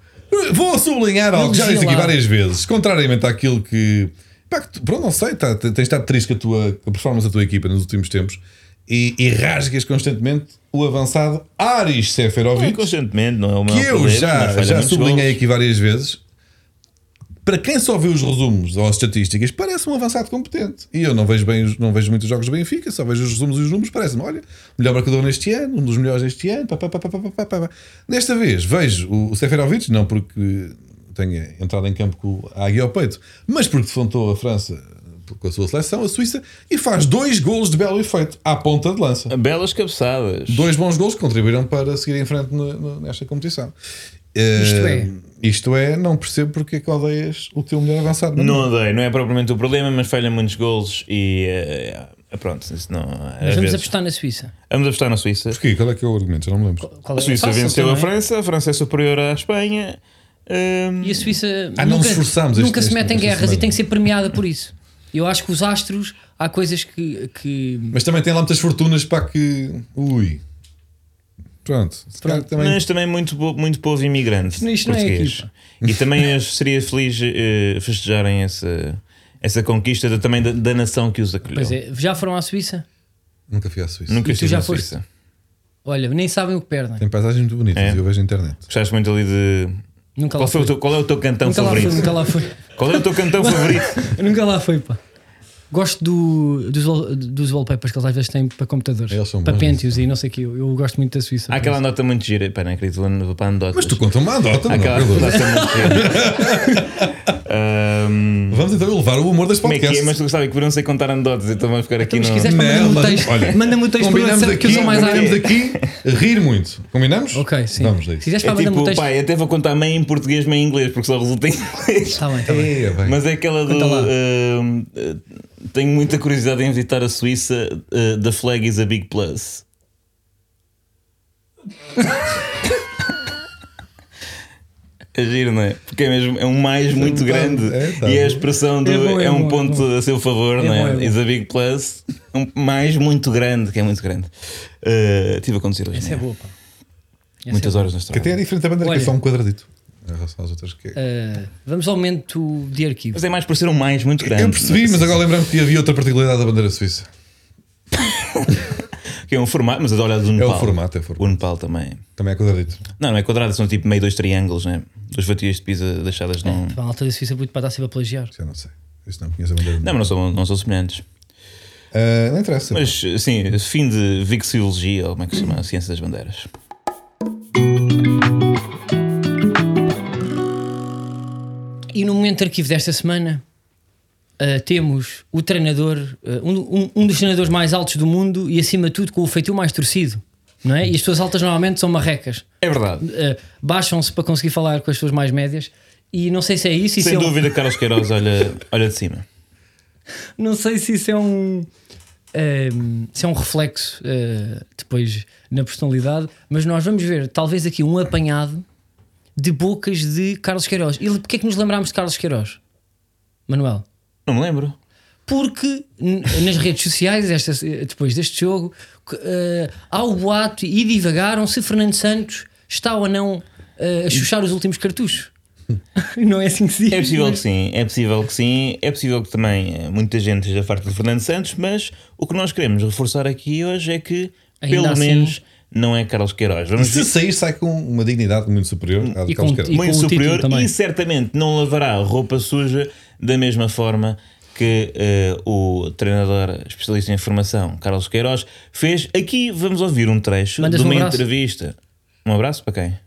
Vou sublinhar algo que já disse aqui
Elogia lá.
várias vezes, contrariamente àquilo que. Pá, que tu- pronto, não sei, tá, tens estado triste com a, tua, com a performance da tua equipa nos últimos tempos e, e rasgas constantemente o avançado Aris Seferovic,
Inconscientemente, não é o meu
que eu
problema, mas
já,
falha
já
muitos
sublinhei
golos.
aqui várias vezes. Para quem só vê os resumos ou as estatísticas, parece um avançado competente. E eu não vejo, bem, os- não vejo muitos jogos do Benfica, só vejo os resumos e os números. Parece-me, olha, melhor marcador neste ano, um dos melhores deste ano. Pá, pá, pá, pá, pá, pá, pá, pá, pá. Desta vez vejo o, o Seferovic, não porque tenha entrado em campo com a águia ao peito, mas porque defrontou a França com a sua seleção, a Suíça, e faz dois golos de belo efeito à ponta de lança
Ah, Belas cabeçadas.
dois bons gols que contribuíram para seguir em frente no- no- nesta competição. Eh,
Isto é?
Isto é, não percebo porque é que odeias o teu melhor avançado. Não,
Não odeio, não é propriamente o problema, mas falha muitos golos e. eh, pronto, isso não.
Mas
às
vamos
vezes.
apostar na Suíça.
Vamos apostar na Suíça.
Porquê? Qual é que é o argumento? Já não me lembro.
Qual
A
é?
Suíça
Fácil
venceu a
também.
França, a França é superior à Espanha. ehm,
E a Suíça
Ah, não
nunca,
nos esforçamos este-
nunca se
este-
mete em
esta
guerras
semana.
e tem que ser premiada por isso. Eu acho que os astros, há coisas que. que-
Mas também tem lá muitas fortunas para que. Ui. Pronto. Se calhar também-
Mas também muito, bo- muito povo imigrante.
Isto não é
português. E também eu seria feliz eh, festejarem essa, essa conquista da- também da, da nação que os acolheu.
Pois é, já foram à Suíça?
Nunca fui à Suíça.
Nunca
E tu
estive
já
na
foste?
Suíça.
Olha, nem sabem o que perdem.
Tem paisagens muito bonitas,
É.
eu vejo na internet.
Gostaste muito ali de.
Nunca
Qual,
lá
foi
fui.
o teu, qual é o teu cantão
Nunca lá fui,
favorito?
nunca lá fui.
Qual é o teu cantão favorito?
Eu nunca lá fui, pá. Gosto do- dos, wall- dos wallpapers que eles às vezes têm para computadores,
Eles são
para
bons
Pentios e não sei o que. Eu, eu gosto muito da Suíça.
Há aquela nota muito gira. Pá, não acredito, não vou para anedotas.
Mas tu conta uma anedota,
Há
não,
aquela
pelo-
nota muito gira. Ahm,
Vamos então elevar o humor deste
como é que
podcast.
é? Mas tu sabes que eu não sei contar anedotas, então vamos ficar aqui
Então, mas
no.
se quiseres- Manda-me um
mas-
texto. Manda-me um texto para
combinamos
WhatsApp
aqui,
que eu sou mais
combinamos
ágil.
aqui rir muito. Combinamos?
Ok, sim.
Vamos a
Se
isso.
quiseres para
É
mandar-me um
tipo,
texto.
pai, até vou contar meio em português, meio em inglês, porque só resulta em inglês.
Está Tá bem, está bem.
É, bem.
Mas é aquela do.
Conta lá.
ahm, eh, tenho muita curiosidade em visitar a Suíça. eh, the flag is a big plus. É giro, não é? Porque é mesmo é um mais muito grande
é, tá.
e é a expressão do
É
é,
bom, é
um
bom, é
ponto a seu favor, não
bom, é
é?
bom.
is a big plus, um mais muito grande, que é muito grande. Eh, Estive a conduzir hoje.
Essa
não
é
é?
boa, pá. Essa
Muitas
é
horas na
Que
estrada.
até é diferente da bandeira, que é
Olha.
só um quadradito. Em relação às outras que é.
boa. Ah, vamos ao momento de arquivo.
Mas é mais para ser um mais muito grande. assim.
Eu percebi, mas agora lembrando que havia outra particularidade da bandeira suíça.
Que é um formato, mas olha a do
É
Nepal.
o formato, é o
O
formato.
Nepal também.
Também é quadradito.
Não, não é quadrado, são tipo meio dois triângulos, né? Duas fatias de pizza deixadas num.
Pá, A alta da Suíça é muito para estar sempre a plagiar.
Já não sei. Isso não conheço a bandeira.
Não, mas não são, não são semelhantes.
Ah, não interessa.
Mas, sim, fim de vixiologia, ou como é que se chama? A ciência das bandeiras.
E no momento de arquivo desta semana uh, temos o treinador, uh, um, um- um dos treinadores mais altos do mundo e, acima de tudo, com o feitio mais torcido. Não é? E as pessoas altas normalmente são marrecas.
É verdade.
Uh, Baixam-se para conseguir falar com as pessoas mais médias. E não sei se é isso. e se
Sem
é um-
dúvida, Carlos Queiroz olha, olha de cima.
não sei se isso é um. ehm, se é um reflexo eh, depois na personalidade, mas nós vamos ver talvez aqui um apanhado de bocas de Carlos Queiroz. E porquê é que nos lembramos de Carlos Queiroz, Manuel?
Não me lembro.
Porque n- nas redes sociais, esta, depois deste jogo, que, eh, há o boato e divagaram se Fernando Santos está ou não eh, a chuchar os últimos cartuchos. não é assim que se diz.
É possível que
mas-
sim, é possível que sim, é possível que também eh, muita gente esteja farta de Fernando Santos, mas o que nós queremos reforçar aqui hoje é que,
Ainda
pelo
assim-
menos, não é Carlos Queiroz. Vamos
Se
ver-
sair, sai com uma dignidade muito superior à de
E
Carlos
com-
Queiroz.
e- com
muito
o título
superior
também.
e certamente não lavará roupa suja da mesma forma que eh, o treinador especialista em formação, Carlos Queiroz, fez. Aqui vamos ouvir um trecho
Mandas
de uma
um abraço?
entrevista. Um abraço para quem?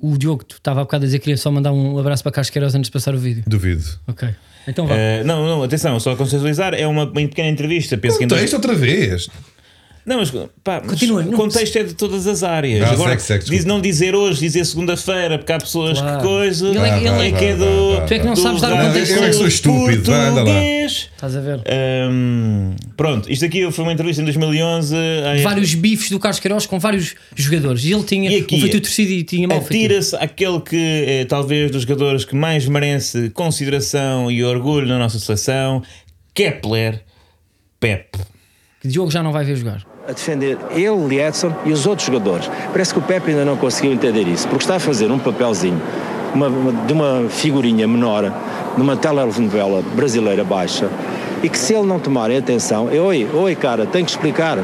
O Diogo, tu estava há bocado a dizer que queria só mandar um abraço para Carlos Queiroz antes de passar o vídeo.
Duvido.
Ok. Então
Ah.
vá.
Eh, não, não, atenção, só a contextualizar, é uma, uma pequena entrevista. Penso que em dois-
Contexto Então, outra vez.
Não, mas pá,
Continua,
o
não-
contexto é de todas as áreas.
Ah,
Agora,
segue, segue,
diz,
desculpa.
não dizer hoje, dizer segunda-feira, porque há pessoas
Claro.
que coisa.
Ele é-
Ah,
ele
vai,
é
vai,
que é do-
vai, vai.
Tu é que
não
Do
sabes dar
rádio
contexto. Eu é que
sou estúpido, vai, anda lá.
português.
Estás a ver?
Hum, pronto, isto aqui foi uma entrevista em 2011. Ai,
Vários bifes do Carlos Queiroz com vários jogadores. E ele tinha
É. E aqui?
um feito torcido e tinha mal feito.
Atira-se aquele que é talvez dos jogadores que mais merece consideração e orgulho na nossa seleção, Kepler Pep.
Que Diogo já não vai ver jogar.
a defender ele, Edson e os outros jogadores. Parece que o Pepe ainda não conseguiu entender isso, porque está a fazer um papelzinho uma- uma- de uma figurinha menor, numa telenovela brasileira baixa, e que se ele não tomarem atenção, é, oi, oi cara, tenho que explicar,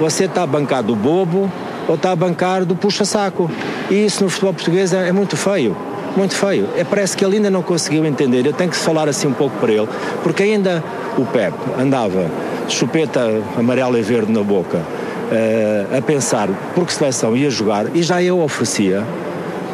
você está a bancar do bobo ou está a bancar do puxa-saco. E isso no futebol português é, é muito feio. Muito feio. É, parece que ele ainda não conseguiu entender. Eu tenho que falar assim um pouco para ele, porque ainda o Pepe andava chupeta amarela e verde na boca, eh, a pensar por que seleção ia jogar, e já eu oferecia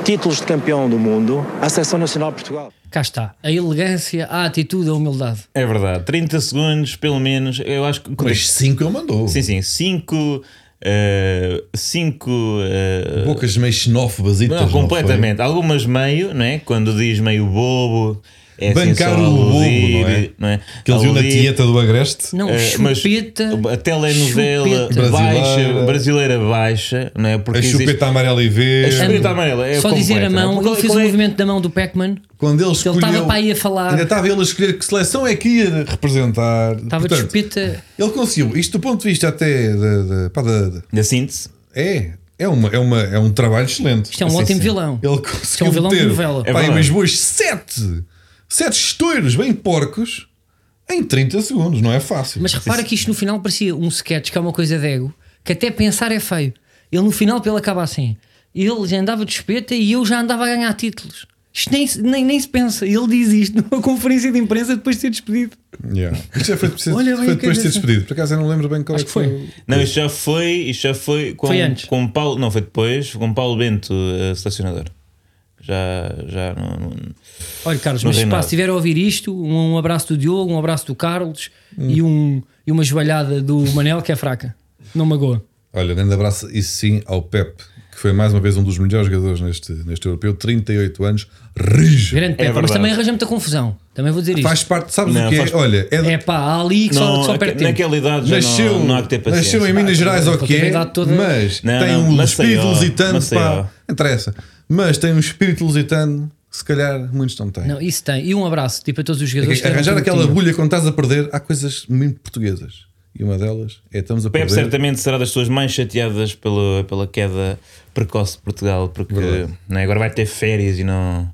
títulos de campeão do mundo à Seleção Nacional de Portugal.
Cá está. A elegância, a atitude, a humildade.
É verdade, 30 segundos pelo menos. Eu acho que
Mas 5 ele mandou.
Sim, sim, cinco. eh, cinco. eh,
Bocas meio xenófobas e
não, completamente. Algumas meio, não é? Quando diz meio bobo. É
Bancar
assim só
o bobo,
aludir,
não é?
Não é?
Que ele viu na
Aludir,
tieta do Agreste.
Não,
eh, mas
Um chupeta.
a é telenovela
chupeta.
baixa,
Brasileira.
brasileira baixa, não é? Porque
A
existe-
chupeta amarela e
a
verde.
chupeta amarela. É
Só
completa,
dizer a
não é?
mão.
Porque
Ele fez
qual
o
é-
movimento da mão do Pac-Man.
Quando ele escolheu.
estava para aí a falar.
Ainda estava ele a escolher que seleção é que ia representar.
Estava de
Portanto,
chupeta.
Ele conseguiu. Isto do ponto de vista até. da- da- pá, da- da-
Da síntese.
é. É, uma, é, uma, é um trabalho excelente.
Isto é um
Sim,
ótimo
sim.
vilão.
Ele
é
conseguiu
um vilão de
meter,
novela.
pá,
É
em
verdade.
Lisboas sete, sete estoiros bem porcos em 30 segundos, não é fácil.
Mas repara que isto no final parecia um sketch, que é uma coisa de ego, que até pensar é feio. Ele no final, ele acaba assim. Ele já andava de espeta e eu já andava a ganhar títulos. Isto nem, se- nem, nem se pensa. Ele diz isto numa conferência de imprensa depois de ter despedido.
Yeah. Isto é já foi, depois-
Olha bem
foi
o que
depois de ter
é isso.
despedido. Por acaso eu não lembro bem qual
Acho
é que
que
foi.
foi.
Não, isto já foi, isto já foi com,
Foi antes.
com Paulo, não foi depois, com Paulo Bento, eh, selecionador. Já, já não- não,
Olha, Carlos,
Não
mas
tem
pá,
nada.
se estiver a ouvir isto, um abraço do Diogo, um abraço do Carlos e, um, e uma joelhada do Manel, que é fraca. Não magoa.
Olha, grande abraço e sim ao Pep, que foi mais uma vez um dos melhores jogadores neste, neste europeu, 38 anos, rijo.
Grande Pepa, mas
verdade.
também arranja muita confusão. Também vou dizer isto.
É Faz parte, sabes
Não,
o que
faz-
é? Olha, é,
É pá, há ali que só,
Não,
que só
aque-
perde tempo.
naquela idade já
nasceu,
não, não há que ter paciência.
nasceu em Minas Gerais,
não,
o que
com a
é,
idade toda-
mas
Não,
tem
não,
um
Maceió,
espírito lusitano,
Maceió.
pá, não interessa, mas tem um espírito lusitano, que se calhar muitos não têm.
Não, isso tem. E um abraço, tipo, a todos os
É
jogadores.
que
que deram
arranjar
tudo que
aquela
tinham.
bolha quando estás a perder, há coisas muito portuguesas. E uma delas é estamos a
Pepe
perder.
certamente será das pessoas mais chateadas pela, pela queda precoce de Portugal, porque
Verdade.
né, agora vai ter férias e não.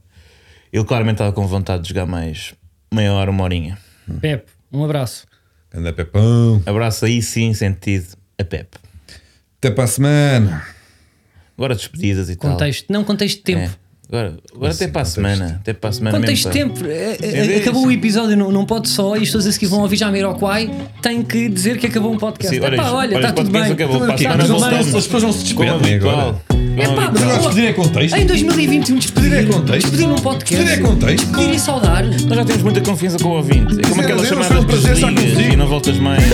Ele claramente estava com vontade de jogar mais meia hora, uma horinha.
Pepe, um abraço.
Anda Pepão.
Abraço aí sim, sentido a Pepe.
Até para a semana.
Agora despedidas e
Contexto, não contexto de
tal.
tempo.
É. Agora, agora até para a
contexto.
semana. Até para a semana
Contexto
mesmo. tá?
de tempo. É, é,
É
acabou
isso.
o episódio, não, não pode só. E as pessoas a seguir vão ouvir já Miroquai. Tem que dizer que acabou um podcast.
Sim, olha
Epá,
isto,
olha,
olha,
está
este
tudo
podcast
bem.
acabou.
Está
Para a
Aqui,
semana
mas
Tá tudo
não se-
bem.
voltamos.
as pessoas não se
Como
despedem
habitual.
agora.
É pá,
Mas
mas
nós despedir é contexto.
Em 2021 despedir
Despedir é contexto.
Despedir num um, podcast.
Despedir é contexto.
Despedir e saudar.
Nós já temos muita confiança com o ouvinte. É como
Zero,
aquelas
zero, foi
chamadas
um
que
prazer estar
desligas
contigo.
e não voltas mais.